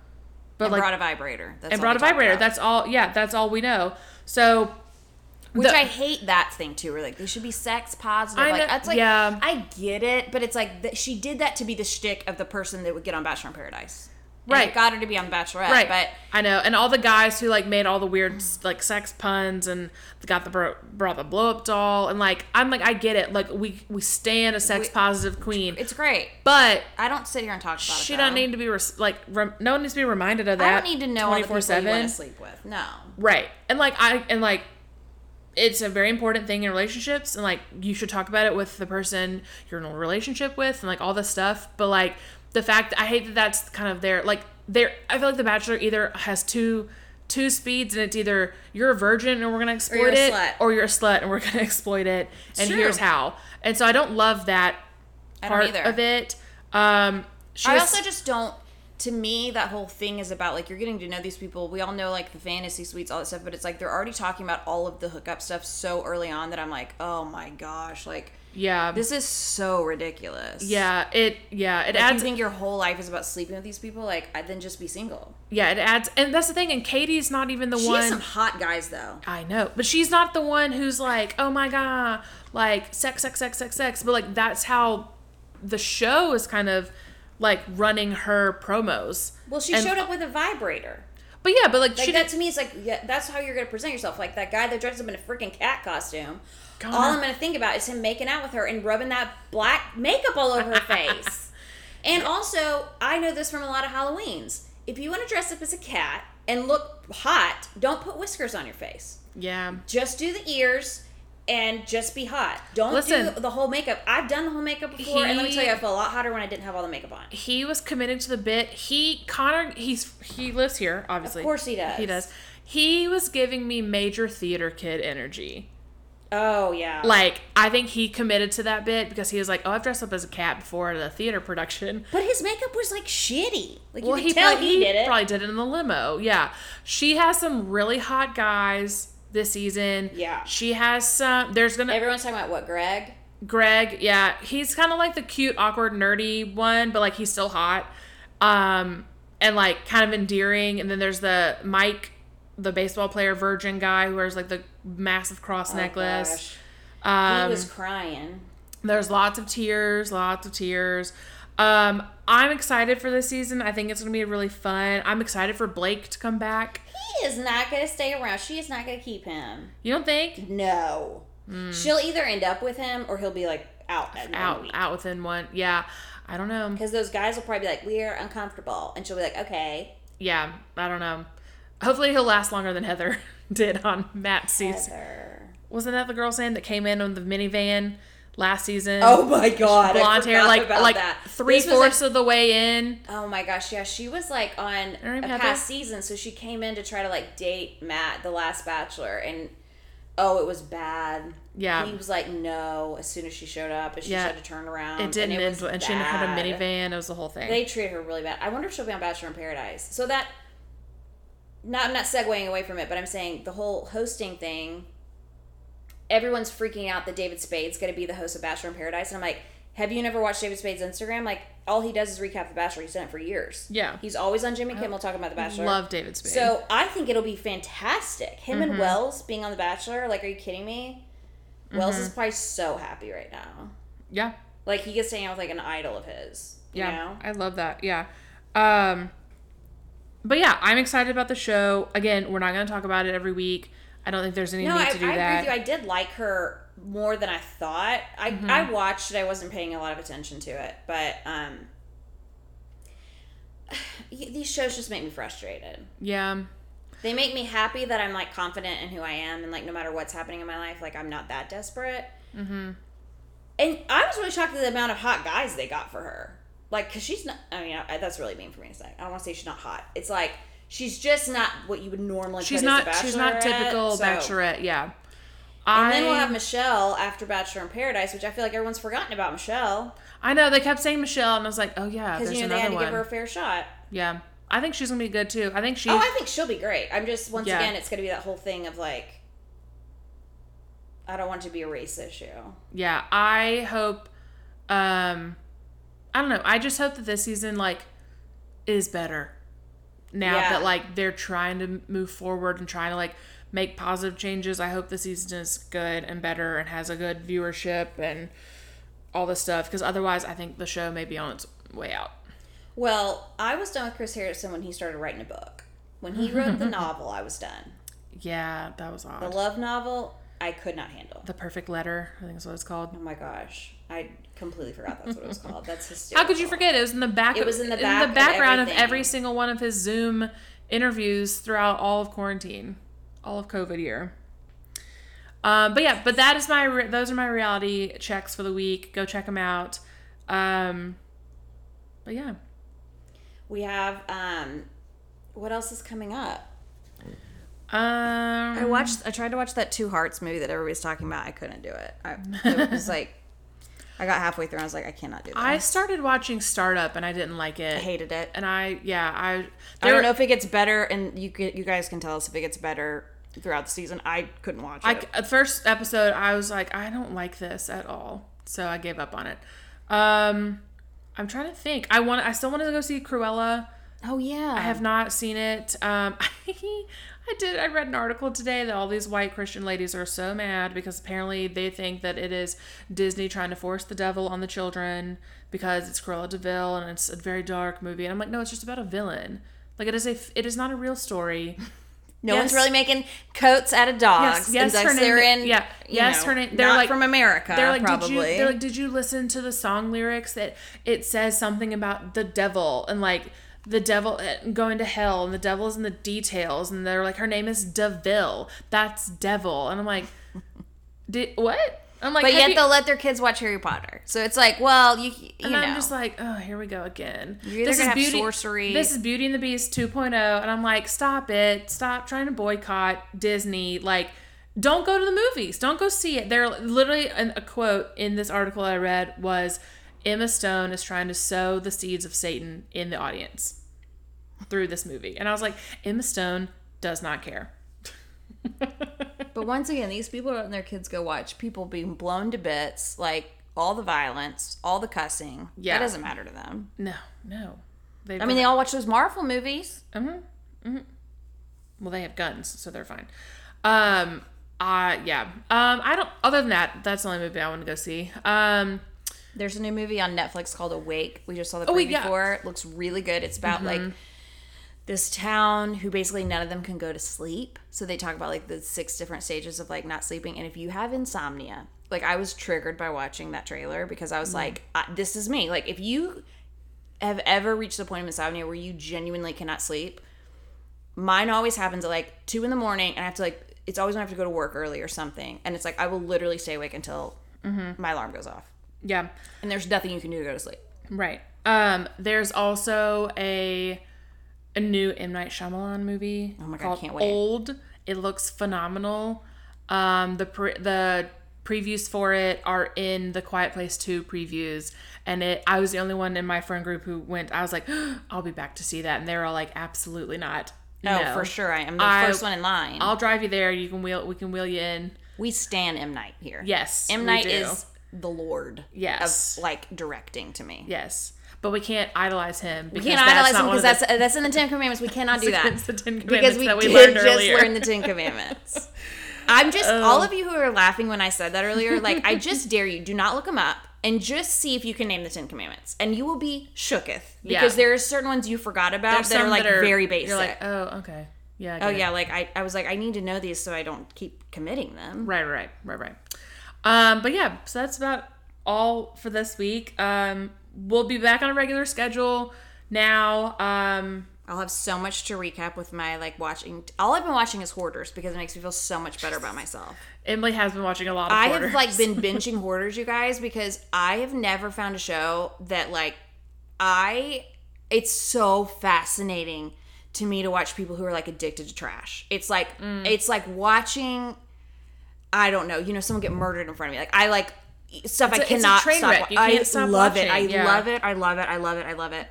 Speaker 1: But
Speaker 2: and
Speaker 1: like
Speaker 2: brought a vibrator. That's
Speaker 1: and
Speaker 2: all
Speaker 1: brought
Speaker 2: we
Speaker 1: a
Speaker 2: talked
Speaker 1: vibrator.
Speaker 2: about.
Speaker 1: That's all. Yeah, that's all we know. So
Speaker 2: Which
Speaker 1: The-
Speaker 2: I hate that thing too. We're like, they should be sex positive.
Speaker 1: I know-
Speaker 2: like that's like,
Speaker 1: yeah.
Speaker 2: I get it, but it's like that she did that to be the shtick of the person that would get on Bachelor in Paradise. And it
Speaker 1: Right.
Speaker 2: got her to be on Bachelorette,
Speaker 1: right.
Speaker 2: but
Speaker 1: I know, and all the guys who like made all the weird like sex puns and got the bro- brought the blow up doll and like I'm like I get it. Like we we stand a sex
Speaker 2: We-
Speaker 1: positive queen,
Speaker 2: it's great.
Speaker 1: but
Speaker 2: I don't sit here and talk about it.
Speaker 1: she
Speaker 2: though.
Speaker 1: don't need to be res- like rem- no one needs to be reminded of
Speaker 2: I
Speaker 1: that.
Speaker 2: don't need to know all the people you want to
Speaker 1: 24/7.
Speaker 2: sleep with. No.
Speaker 1: Right. And like I and like it's a very important thing in relationships and like you should talk about it with the person you're in a relationship with and like all this stuff, but like the fact I hate that that's kind of their like their I feel like the bachelor either has two two speeds and it's either you're a virgin and we're going to exploit
Speaker 2: you're a
Speaker 1: it
Speaker 2: slut.
Speaker 1: or you're a slut and we're going to exploit it and
Speaker 2: true.
Speaker 1: here's how. And so I don't love that
Speaker 2: I don't
Speaker 1: part
Speaker 2: either.
Speaker 1: of it. Um she
Speaker 2: I
Speaker 1: was-
Speaker 2: also just don't. To me, that whole thing is about like you're getting to know these people. We all know like the fantasy suites, all that stuff, but it's like they're already talking about all of the hookup stuff so early on that I'm like, oh my gosh, like
Speaker 1: yeah.
Speaker 2: this is so ridiculous.
Speaker 1: yeah, it yeah, it
Speaker 2: Like,
Speaker 1: adds
Speaker 2: you think your whole life is about sleeping with these people? Like, I then just be single.
Speaker 1: yeah, it adds and that's the thing and Katie's not even the
Speaker 2: She
Speaker 1: one
Speaker 2: has some hot guys though.
Speaker 1: I know, but she's not the one who's like, oh my god, like sex, sex, sex, sex, sex. But like that's how the show is kind of like running her promos.
Speaker 2: Well, she
Speaker 1: And-
Speaker 2: showed up with a vibrator.
Speaker 1: But yeah, but like,
Speaker 2: Like
Speaker 1: she
Speaker 2: that
Speaker 1: did.
Speaker 2: to me is like yeah, that's how you're gonna present yourself. Like that guy that dressed up in a freaking cat costume.
Speaker 1: God.
Speaker 2: All I'm gonna think about is him making out with her and rubbing that black makeup all over her face. And also, I know this from a lot of Halloweens. If you want to dress up as a cat and look hot, don't put whiskers on your face.
Speaker 1: Yeah,
Speaker 2: Just do the ears and just be hot. Don't
Speaker 1: Listen.
Speaker 2: do the whole makeup. I've done the whole makeup before, and let me
Speaker 1: He-
Speaker 2: tell you, I feel a lot hotter when I didn't have all the makeup on.
Speaker 1: he was committed to the bit. He Connor, he's he lives here, obviously.
Speaker 2: Of course he does.
Speaker 1: He does. He was giving me major theater kid energy.
Speaker 2: Oh yeah.
Speaker 1: Like I think he committed to that bit because he was like, "Oh, I've dressed up as a cat before at a theater production."
Speaker 2: but his makeup was like shitty. Like you
Speaker 1: well,
Speaker 2: could
Speaker 1: he,
Speaker 2: tell
Speaker 1: probably,
Speaker 2: he did it.
Speaker 1: probably did it in the limo. Yeah. She has some really hot guys this season.
Speaker 2: Yeah.
Speaker 1: She has some. There's going to.
Speaker 2: Everyone's talking about what Greg.
Speaker 1: Greg, yeah. He's kind of like the cute, awkward, nerdy one, but like he's still hot. Um, and like kind of endearing. And then there's the Mike, the baseball player virgin guy who wears like the massive cross Oh, necklace.
Speaker 2: Oh, Gosh.
Speaker 1: Um,
Speaker 2: He was crying.
Speaker 1: there's lots of tears, lots of tears. Um, I'm excited for this season. I think it's going to be really fun. I'm excited for Blake to come back.
Speaker 2: He is not gonna stay around. She is not gonna keep him.
Speaker 1: You don't think?
Speaker 2: No.
Speaker 1: Hmm.
Speaker 2: She'll either end up with him or he'll be like out at
Speaker 1: Out, out within one. Yeah, I don't know.
Speaker 2: Because those guys will probably be like, "We're uncomfortable," and she'll be like, "Okay."
Speaker 1: Yeah, I don't know. Hopefully he'll last longer than Heather did on Matt's season.
Speaker 2: Heather.
Speaker 1: Wasn't that the girl saying that came in on the minivan last season?
Speaker 2: Oh my god!
Speaker 1: blonde
Speaker 2: I
Speaker 1: hair,
Speaker 2: forgot
Speaker 1: like
Speaker 2: about
Speaker 1: like
Speaker 2: that.
Speaker 1: three
Speaker 2: This was, like,
Speaker 1: fourths of the way in.
Speaker 2: Oh my gosh, yeah, she was like on
Speaker 1: Her
Speaker 2: a
Speaker 1: name Heather?
Speaker 2: past season, so she came in to try to like date Matt, the last bachelor, and oh, it was bad.
Speaker 1: Yeah.
Speaker 2: He was like, no, as soon as she showed up, and she
Speaker 1: Yeah.
Speaker 2: tried to turn around.
Speaker 1: It didn't
Speaker 2: and,
Speaker 1: end,
Speaker 2: it was
Speaker 1: well, and she ended up in a
Speaker 2: bad.
Speaker 1: minivan. It was the whole thing.
Speaker 2: They treated her really bad. I wonder if she'll be on Bachelor in Paradise. So that, not, I'm not segueing away from it, but I'm saying the whole hosting thing, everyone's freaking out that David Spade's going to be the host of Bachelor in Paradise. And I'm like, have you never watched David Spade's Instagram? Like, all he does is recap The Bachelor. He's done it for years.
Speaker 1: Yeah.
Speaker 2: He's always on Jimmy Kimmel talking about The Bachelor.
Speaker 1: Love David Spade.
Speaker 2: So I think it'll be fantastic. Him and
Speaker 1: Mm-hmm.
Speaker 2: Wells being on The Bachelor. Like, are you kidding me? Wells
Speaker 1: Mm-hmm.
Speaker 2: is probably so happy right now.
Speaker 1: yeah,
Speaker 2: Like, he gets to hang out with, like, an idol of his. You
Speaker 1: Yeah,
Speaker 2: know?
Speaker 1: I love that. Yeah. Um but yeah, I'm excited about the show. Again, we're not going to talk about it every week. I don't think there's any
Speaker 2: No,
Speaker 1: need
Speaker 2: I,
Speaker 1: to do
Speaker 2: I
Speaker 1: that.
Speaker 2: agree with you. I did like her more than I thought. I,
Speaker 1: Mm-hmm.
Speaker 2: I watched it. I wasn't paying a lot of attention to it, but um, y- these shows just make me frustrated.
Speaker 1: yeah.
Speaker 2: They make me happy that I'm like confident in who I am, and like no matter what's happening in my life, like I'm not that desperate.
Speaker 1: Mm-hmm.
Speaker 2: And I was really shocked at the amount of hot guys they got for her. Like, cause she's not. I mean, I, that's really mean for me to say. I don't want to say she's not hot. It's like she's just not what you would normally.
Speaker 1: She's
Speaker 2: put as a
Speaker 1: not she's not typical
Speaker 2: bachelorette, so-
Speaker 1: bachelorette. Yeah.
Speaker 2: and then we'll
Speaker 1: I-
Speaker 2: have Michelle after Bachelor in Paradise, which I feel like everyone's forgotten about Michelle
Speaker 1: I know they kept saying Michelle and I was like, "Oh yeah,
Speaker 2: because
Speaker 1: there's
Speaker 2: you know they
Speaker 1: another
Speaker 2: had to
Speaker 1: one."
Speaker 2: give her a fair shot.
Speaker 1: yeah. I think she's going to be good too. I think she
Speaker 2: Oh, I think she'll be great. I'm just once
Speaker 1: Yeah.
Speaker 2: again, it's going to be that whole thing of like, I don't want it to be a race issue.
Speaker 1: yeah i hope um i don't know i just hope that this season like is better now
Speaker 2: Yeah.
Speaker 1: that like they're trying to move forward and trying to like make positive changes. I hope the season is good and better and has a good viewership and all this stuff because otherwise, I think the show may be on its way out.
Speaker 2: Well, I was done with Chris Harrison when he started writing a book. When he wrote the novel, I was done.
Speaker 1: Yeah, that was
Speaker 2: The
Speaker 1: odd.
Speaker 2: love novel, I could not handle.
Speaker 1: The perfect letter, I think is what it's called.
Speaker 2: Oh my gosh, I completely forgot that's what it was called. That's hysterical.
Speaker 1: How could you forget? It was in the back.
Speaker 2: It was in the back of
Speaker 1: background of,
Speaker 2: everything.
Speaker 1: every single one of his Zoom interviews throughout all of quarantine, all of COVID year. Um, but yeah, but that is my re- those are my reality checks for the week. Go check them out. Um, but yeah,
Speaker 2: We have um, what else is coming up?
Speaker 1: um,
Speaker 2: I watched. I tried to watch that Two Hearts movie that everybody's talking about. I couldn't do it. I it was like, I got halfway through and I was like, I cannot do this.
Speaker 1: I started watching Startup and I didn't like it.
Speaker 2: I hated it.
Speaker 1: and I yeah I
Speaker 2: I don't know if it gets better, and you could, you guys can tell us if it gets better throughout the season. I couldn't watch
Speaker 1: I
Speaker 2: it.
Speaker 1: the first episode I was like I don't like this at all, so I gave up on it. Um, I'm trying to think. I want. I still wanted to go see Cruella.
Speaker 2: oh yeah,
Speaker 1: I have not seen it. Um, I did. I read an article today that all these white Christian ladies are so mad because apparently they think that it is Disney trying to force the devil on the children because it's Cruella Deville and it's a very dark movie. And I'm like, no, it's just about a villain. Like it is a. It is not a real story.
Speaker 2: No one's
Speaker 1: Yes.
Speaker 2: really making coats out of
Speaker 1: Yes,
Speaker 2: dogs.
Speaker 1: yes,
Speaker 2: unless
Speaker 1: her name-
Speaker 2: They're in,
Speaker 1: yeah,
Speaker 2: you
Speaker 1: yes,
Speaker 2: know,
Speaker 1: her name- they're
Speaker 2: not
Speaker 1: like-
Speaker 2: from America.
Speaker 1: They're like,
Speaker 2: probably.
Speaker 1: did you? They're like, did you listen to the song lyrics that it says something about the devil and like the devil uh, going to hell and the devil's in the details and they're like, her name is Deville. That's devil, and I'm like, did what? I'm like,
Speaker 2: but
Speaker 1: have
Speaker 2: yet
Speaker 1: you-
Speaker 2: they'll let their kids watch Harry Potter. So it's like, well, you you
Speaker 1: and
Speaker 2: know,
Speaker 1: I'm just like, oh, here we go again.
Speaker 2: either gonna have sorcery-
Speaker 1: This is Beauty and the Beast 2.0, and I'm like, stop it, stop trying to boycott Disney. Like, don't go to the movies, don't go see it. There, literally, an, a quote in this article I read was, Emma Stone is trying to sow the seeds of Satan in the audience through this movie, and I was like, Emma Stone does not care.
Speaker 2: But once again, these people are letting their kids go watch people being blown to bits, like all the violence, all the cussing.
Speaker 1: Yeah.
Speaker 2: That doesn't matter to them.
Speaker 1: No, no. They've
Speaker 2: I mean, they all watch those Marvel movies.
Speaker 1: Well, they have guns, so they're fine. Um, uh, yeah. Um, I don't. Other than that, that's the only movie I want to go see. Um,
Speaker 2: There's a new movie on Netflix called Awake. We just saw the
Speaker 1: wait,
Speaker 2: preview
Speaker 1: yeah.
Speaker 2: for it. It Looks really good. It's about like this town who basically none of them can go to sleep. So they talk about like the six different stages of like not sleeping. And if you have insomnia, like I was triggered by watching that trailer because I was like, I, this is me. Like if you have ever reached the point of insomnia where you genuinely cannot sleep, mine always happens at like two in the morning, and I have to like it's always when I have to go to work early or something, and it's like I will literally stay awake until my alarm goes off,
Speaker 1: yeah.
Speaker 2: and there's nothing you can do to go to sleep.
Speaker 1: Right. Um, there's also a a new M Night Shyamalan movie. Oh
Speaker 2: my God, I
Speaker 1: called
Speaker 2: can't wait.
Speaker 1: Old. It looks phenomenal. Um, the pre- the previews for it are in the Quiet Place Two previews, and it. I was the only one in my friend group who went. I was like, I'll be back to see that, and they were all like, absolutely not.
Speaker 2: Oh,
Speaker 1: No.
Speaker 2: for sure, I am the
Speaker 1: I-
Speaker 2: first one in line.
Speaker 1: I'll drive you there. You can wheel. We can wheel you in.
Speaker 2: we stand M Night here.
Speaker 1: Yes,
Speaker 2: M
Speaker 1: we
Speaker 2: Night
Speaker 1: do.
Speaker 2: is the Lord.
Speaker 1: Yes.
Speaker 2: of like directing to me.
Speaker 1: Yes, but we can't idolize him. Because
Speaker 2: We can't
Speaker 1: that's
Speaker 2: idolize
Speaker 1: not
Speaker 2: him
Speaker 1: one of
Speaker 2: because that's that's in the Ten Commandments. We cannot do that.
Speaker 1: the Ten
Speaker 2: because
Speaker 1: Commandments
Speaker 2: we,
Speaker 1: that we
Speaker 2: did
Speaker 1: learned
Speaker 2: just
Speaker 1: earlier.
Speaker 2: learn the Ten Commandments. Oh. I'm just all of you who are laughing when I said that earlier. Like I just dare you, do not look them up and just see if you can name the Ten Commandments, and you will be shooketh because
Speaker 1: Yeah.
Speaker 2: there are certain ones you forgot about
Speaker 1: There's
Speaker 2: that are
Speaker 1: some
Speaker 2: like very basic.
Speaker 1: You're like, oh, okay, yeah. I
Speaker 2: oh
Speaker 1: get it."
Speaker 2: yeah, like I, I was like I need to know these so I don't keep committing them.
Speaker 1: Right, right, right, right. Um, but yeah, so that's about all for this week. Um, we'll be back on a regular schedule now. Um,
Speaker 2: I'll have so much to recap with my like watching. All I've been watching is Hoarders because it makes me feel so much better about myself.
Speaker 1: Emily has been watching a lot of.
Speaker 2: I
Speaker 1: Hoarders.
Speaker 2: have like been binging hoarders, you guys, because I have never found a show that like I it's so fascinating to me to watch people who are like addicted to trash. It's like
Speaker 1: Mm.
Speaker 2: it's like watching I don't know, you know, someone get murdered in front of me. Like I like stuff I
Speaker 1: a- it's a
Speaker 2: cannot
Speaker 1: train
Speaker 2: stop.
Speaker 1: wreck.
Speaker 2: wa-
Speaker 1: You
Speaker 2: I
Speaker 1: can't stop
Speaker 2: love it. I
Speaker 1: watching. Yeah.
Speaker 2: love it. I love it. I love it. I love it.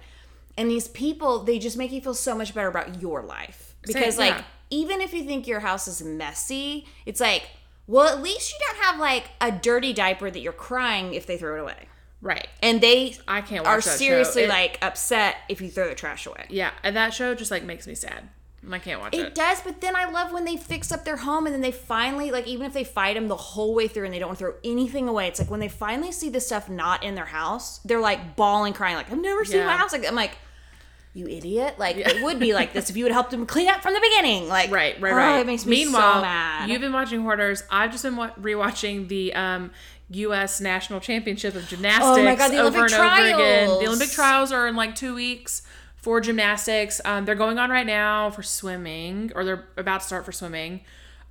Speaker 2: And these people, they just make you feel so much better about your life because like
Speaker 1: yeah.
Speaker 2: even if you think your house is messy, it's like, well, at least you don't have like a dirty diaper that you're crying if they throw it away.
Speaker 1: right.
Speaker 2: And they
Speaker 1: I can't watch
Speaker 2: are
Speaker 1: that show.
Speaker 2: seriously
Speaker 1: It-
Speaker 2: like upset if you throw the trash away.
Speaker 1: Yeah, and that show just like makes me sad. I can't watch
Speaker 2: It
Speaker 1: it.
Speaker 2: does, but then I love when they fix up their home and then they finally, like, even if they fight him the whole way through and they don't want to throw anything away, it's like when they finally see the stuff not in their house, they're like bawling, crying, like, I've never seen my
Speaker 1: Yeah.
Speaker 2: house. Like, I'm like, you idiot. Like, it would be like this if you would help them clean up from the beginning. Like,
Speaker 1: Right, right,
Speaker 2: oh,
Speaker 1: right.
Speaker 2: It makes me
Speaker 1: Meanwhile,
Speaker 2: so mad.
Speaker 1: you've been watching Hoarders. I've just been wa- rewatching the um, U.S. National Championship of Gymnastics
Speaker 2: Oh the
Speaker 1: over and
Speaker 2: Olympic
Speaker 1: over again. The
Speaker 2: trials.
Speaker 1: Olympic trials are in like two weeks for gymnastics. Um, they're going on right now for swimming, or they're about to start for swimming.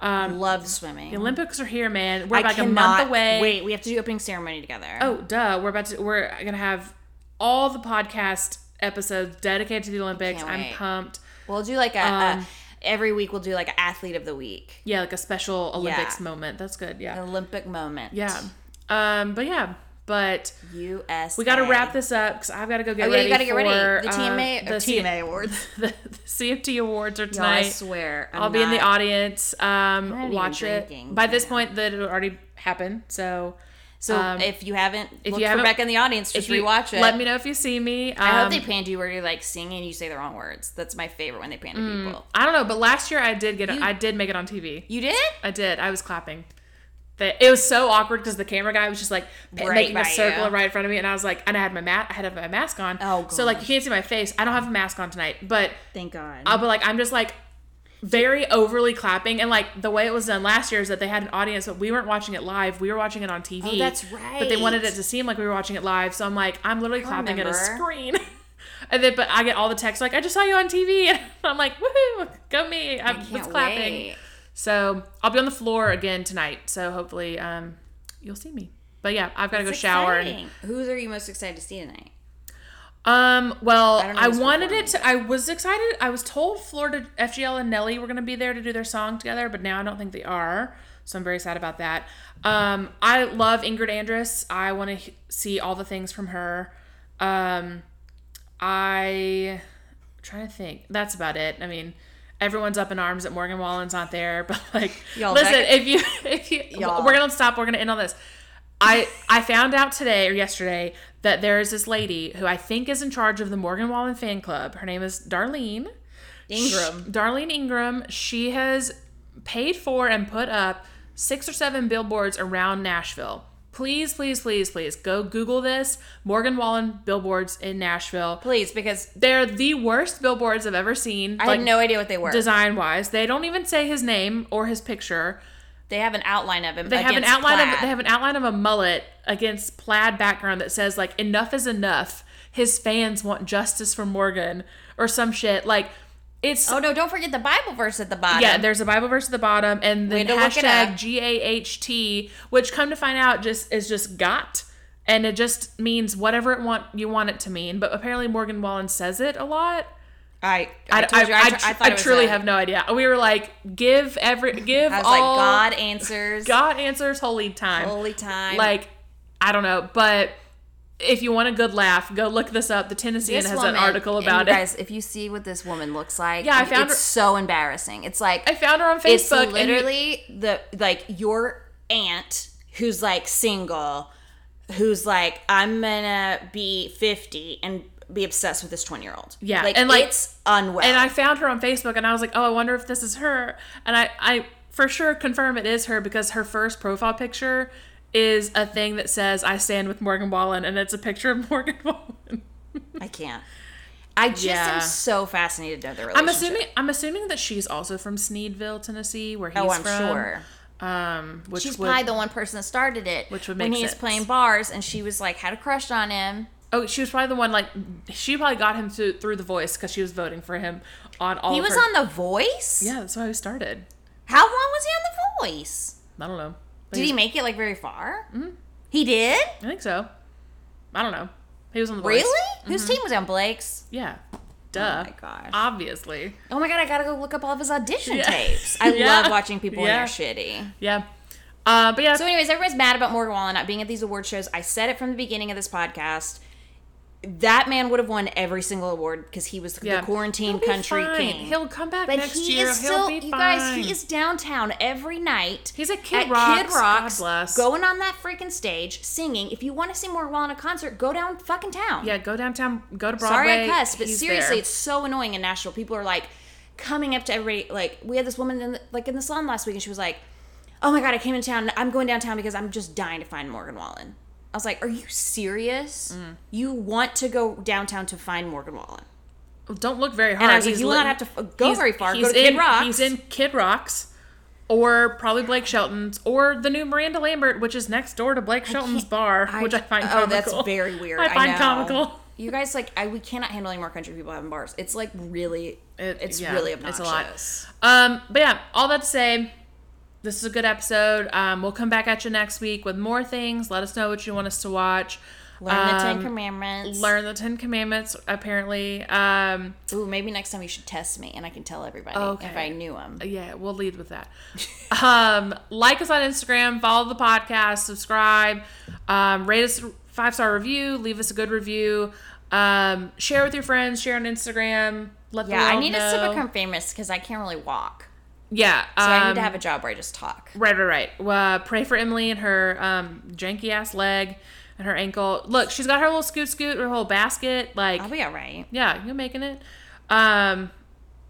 Speaker 1: Um,
Speaker 2: love swimming.
Speaker 1: the Olympics are here, man. We're
Speaker 2: I
Speaker 1: like a
Speaker 2: cannot
Speaker 1: month away.
Speaker 2: Wait, we have to do opening ceremony together.
Speaker 1: Oh, duh. We're about to. We're gonna have all the podcast episodes dedicated to the Olympics.
Speaker 2: Can't
Speaker 1: I'm
Speaker 2: wait.
Speaker 1: pumped.
Speaker 2: We'll do like a,
Speaker 1: um,
Speaker 2: a every week we'll do like an athlete of the week,
Speaker 1: Yeah, like a special Olympics
Speaker 2: Yeah.
Speaker 1: moment. That's good. Yeah.
Speaker 2: an Olympic moment.
Speaker 1: Yeah. Um, but yeah, but
Speaker 2: U.S.
Speaker 1: we got to wrap this up because I've got to go get
Speaker 2: Oh, yeah,
Speaker 1: ready.
Speaker 2: you gotta get ready.
Speaker 1: for,
Speaker 2: The
Speaker 1: uh,
Speaker 2: TMA,
Speaker 1: the,
Speaker 2: the
Speaker 1: C-
Speaker 2: TMA awards.
Speaker 1: the, the CFT awards are
Speaker 2: Y'all, I
Speaker 1: tonight.
Speaker 2: swear, i
Speaker 1: I'll be in the audience.
Speaker 2: not
Speaker 1: Um,
Speaker 2: even
Speaker 1: watch it.
Speaker 2: drinking
Speaker 1: By this
Speaker 2: tonight.
Speaker 1: point, that it already happened. So
Speaker 2: So
Speaker 1: um,
Speaker 2: if you haven't, if
Speaker 1: you haven't-
Speaker 2: you haven't, Rebecca in the audience, just
Speaker 1: if you-
Speaker 2: rewatch it.
Speaker 1: Let me know if you see me. Um,
Speaker 2: I hope they panned you where you're like singing and you say the wrong words. That's my favorite when they pan to people.
Speaker 1: I don't know, but last year I did get. I did make it on TV.
Speaker 2: You did?
Speaker 1: I did. I was clapping. The- It was so awkward because the camera guy was just like pa-
Speaker 2: Right
Speaker 1: making
Speaker 2: by
Speaker 1: a circle
Speaker 2: you.
Speaker 1: right in front of me, and I was like, and I had my mat, I had my mask on.
Speaker 2: Oh,
Speaker 1: so like you
Speaker 2: gosh.
Speaker 1: can't see my face. I don't have a mask on tonight, but
Speaker 2: Thank God.
Speaker 1: I'll be like, I'm just like very overly clapping, and like the way it was done last year is that they had an audience, but we weren't watching it live. We were watching it on TV.
Speaker 2: Oh, that's
Speaker 1: But they wanted
Speaker 2: right.
Speaker 1: it to seem like we were watching it live, so I'm like, I'm literally clapping at a
Speaker 2: remember.
Speaker 1: screen. And then, but I get all the texts like, "I just saw you on TV," and I'm like, "Woohoo, go me!" I, was clapping. So I'll be on the floor again tonight. So hopefully, um, you'll see me. But yeah, I've got to go shower. And,
Speaker 2: Who's are you most excited to see tonight?
Speaker 1: um, well,
Speaker 2: I don't know
Speaker 1: I,
Speaker 2: who's
Speaker 1: wanted it to. I was excited. I was told Florida FGL and Nelly were going to be there to do their song together, but now I don't think they are. So I'm very sad about that. Um, I love Ingrid Andress. I want to h- see all the things from her. Um, I I'm trying to think. That's about it. I mean, everyone's up in arms that Morgan Wallen's not there, but like,
Speaker 2: Y'all,
Speaker 1: listen,
Speaker 2: that-
Speaker 1: if you if you,
Speaker 2: Y'all.
Speaker 1: we're gonna stop. We're gonna end on this. I I found out today or yesterday that there is this lady who I think is in charge of the Morgan Wallen fan club. Her name is Darlene
Speaker 2: Ingram.
Speaker 1: Sh- Darlene Ingram. She has paid for and put up six or seven billboards around Nashville. Please, please, please, please go Google this Morgan Wallen billboards in Nashville.
Speaker 2: Please, because
Speaker 1: They're the worst billboards I've ever seen.
Speaker 2: I had no idea what they were.
Speaker 1: design wise. They don't even say his name or his picture.
Speaker 2: they have an outline of him.
Speaker 1: They have an outline of they have an outline of a mullet against plaid background that says like enough is enough. His fans want justice for Morgan or some shit. Like it's
Speaker 2: Oh no! Don't forget the Bible verse at the bottom.
Speaker 1: yeah, there's a Bible verse at the bottom and the
Speaker 2: Way to look it
Speaker 1: hashtag
Speaker 2: up.
Speaker 1: G-A-H-T, which come to find out just is just got. And it just means whatever it want you want it to mean. But apparently Morgan Wallen says it a lot.
Speaker 2: I
Speaker 1: I,
Speaker 2: I, told you, I,
Speaker 1: I-
Speaker 2: tr- I
Speaker 1: I
Speaker 2: thought it was
Speaker 1: truly
Speaker 2: a-
Speaker 1: have no idea. We were like, give every, give
Speaker 2: I was
Speaker 1: all
Speaker 2: like God answers.
Speaker 1: God answers holy time.
Speaker 2: Holy time.
Speaker 1: Like, I don't know, but if you want a good laugh, go look this up. The Tennessean
Speaker 2: This
Speaker 1: has
Speaker 2: woman-
Speaker 1: an article
Speaker 2: and
Speaker 1: about
Speaker 2: you
Speaker 1: it.
Speaker 2: guys, if you see what this woman looks like,
Speaker 1: Yeah, I found
Speaker 2: it's
Speaker 1: her-
Speaker 2: so embarrassing. It's like
Speaker 1: I found her on Facebook.
Speaker 2: it's
Speaker 1: and you-
Speaker 2: literally the like your aunt who's like single, who's like I'm gonna be 50 and be obsessed with this 20 year old.
Speaker 1: Yeah,
Speaker 2: like
Speaker 1: and,
Speaker 2: and
Speaker 1: like-
Speaker 2: like it's unwell.
Speaker 1: and I found her on Facebook, and I was like, oh, I wonder if this is her. And I, I for sure confirm it is her because her first profile picture is a thing that says "I stand with Morgan Wallen," and it's a picture of Morgan Wallen.
Speaker 2: I can't. I just
Speaker 1: Yeah.
Speaker 2: am so fascinated to know the relationship.
Speaker 1: I'm assuming I'm assuming that she's also from Sneedville, Tennessee, where he's
Speaker 2: Oh, I'm
Speaker 1: from.
Speaker 2: sure.
Speaker 1: Um, which
Speaker 2: She's
Speaker 1: would,
Speaker 2: probably the one person that started it.
Speaker 1: Which would
Speaker 2: when
Speaker 1: make
Speaker 2: he was
Speaker 1: sense.
Speaker 2: playing bars, and she was like had a crush on him.
Speaker 1: Oh, she was probably the one like she probably got him through through the voice because she was voting for him on all.
Speaker 2: He
Speaker 1: of
Speaker 2: was
Speaker 1: her-
Speaker 2: on The Voice.
Speaker 1: Yeah, that's why we started.
Speaker 2: How long was he on The Voice?
Speaker 1: I don't know. But Mm-hmm.
Speaker 2: Did he make it like very far? He did.
Speaker 1: I think so. I don't know. He was on the voice. Mm-hmm.
Speaker 2: Really? Whose team was on Blake's?
Speaker 1: Yeah. Duh.
Speaker 2: Oh my gosh.
Speaker 1: Obviously.
Speaker 2: Oh my god! I gotta go look up all of his audition
Speaker 1: Yeah.
Speaker 2: tapes. I
Speaker 1: Yeah.
Speaker 2: love watching people
Speaker 1: Yeah.
Speaker 2: when they're shitty.
Speaker 1: Yeah. Uh, but yeah.
Speaker 2: So, anyways, everyone's mad about Morgan Wallen not being at these award shows. I said it from the beginning of this podcast. That man would have won every single award because he was
Speaker 1: yeah.
Speaker 2: the quarantine
Speaker 1: He'll be
Speaker 2: country
Speaker 1: fine.
Speaker 2: king.
Speaker 1: He'll come back
Speaker 2: But
Speaker 1: next
Speaker 2: he
Speaker 1: year.
Speaker 2: is
Speaker 1: He'll
Speaker 2: still,
Speaker 1: be
Speaker 2: you
Speaker 1: fine.
Speaker 2: guys, he is downtown every night.
Speaker 1: He's at Kid
Speaker 2: at
Speaker 1: Rock's.
Speaker 2: Kid Rock's,
Speaker 1: God bless.
Speaker 2: going on that freaking stage, singing. If you want to see more while in a concert, go down fucking town.
Speaker 1: Yeah. Go downtown. Go to Broadway.
Speaker 2: Sorry I cuss, but
Speaker 1: He's
Speaker 2: seriously,
Speaker 1: there.
Speaker 2: it's so annoying in Nashville. People are like, coming up to everybody. Like we had this woman in the, like in the salon last week, and she was like, "Oh my god, I came in town. I'm going downtown because I'm just dying to find Morgan Wallen." I was like, "Are you serious?
Speaker 1: Mm.
Speaker 2: You want to go downtown to find Morgan Wallen?"
Speaker 1: Don't look very hard.
Speaker 2: And I was like,
Speaker 1: He's
Speaker 2: "You will not
Speaker 1: li-
Speaker 2: have to f- go
Speaker 1: he's-
Speaker 2: very far. Go
Speaker 1: he's
Speaker 2: to Kid
Speaker 1: in-
Speaker 2: Rock's."
Speaker 1: He's in Kid Rocks, or probably Blake Shelton's, or the new Miranda Lambert, which is next door to Blake Shelton's bar, which I find
Speaker 2: oh,
Speaker 1: comical.
Speaker 2: that's very weird.
Speaker 1: I find
Speaker 2: know.
Speaker 1: comical.
Speaker 2: You guys like I, we cannot handle any more country people having bars. It's like really,
Speaker 1: It-
Speaker 2: it's
Speaker 1: yeah,
Speaker 2: really
Speaker 1: it's
Speaker 2: obnoxious.
Speaker 1: a lot. Um, but yeah, all that to say, this is a good episode. Um, we'll come back at you next week with more things. Let us know what you want us to watch.
Speaker 2: Learn the Ten
Speaker 1: Um,
Speaker 2: Commandments.
Speaker 1: Learn the Ten Commandments, apparently. Um,
Speaker 2: Ooh, maybe next time you should test me, and I can tell everybody if
Speaker 1: Okay. Uh,
Speaker 2: I knew them.
Speaker 1: yeah, we'll lead with that. um, like us on Instagram, follow the podcast, subscribe, um, rate us a five star review, leave us a good review, um, share with your friends, share on Instagram. Let the
Speaker 2: Yeah, I
Speaker 1: world
Speaker 2: need us to
Speaker 1: know.
Speaker 2: become famous because I can't really walk,
Speaker 1: Yeah,
Speaker 2: so I need to
Speaker 1: um,
Speaker 2: have a job where I just talk.
Speaker 1: Right, right, right. Uh, pray for Emily and her um, janky ass leg and her ankle. Look, she's got her little scoot scoot, her whole basket. Like,
Speaker 2: I'll be all right.
Speaker 1: yeah, you're making it. Um,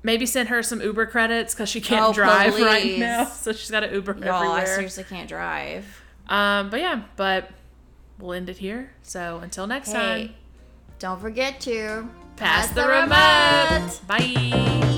Speaker 1: maybe send her some Uber credits because she can't
Speaker 2: Oh,
Speaker 1: drive right
Speaker 2: please.
Speaker 1: now, so she's got an Uber
Speaker 2: Y'all, I
Speaker 1: everywhere.
Speaker 2: seriously can't drive.
Speaker 1: Um, but yeah, but we'll end it here. So until next
Speaker 2: Hey,
Speaker 1: time,
Speaker 2: don't forget to
Speaker 1: pass, the, remote. Bye.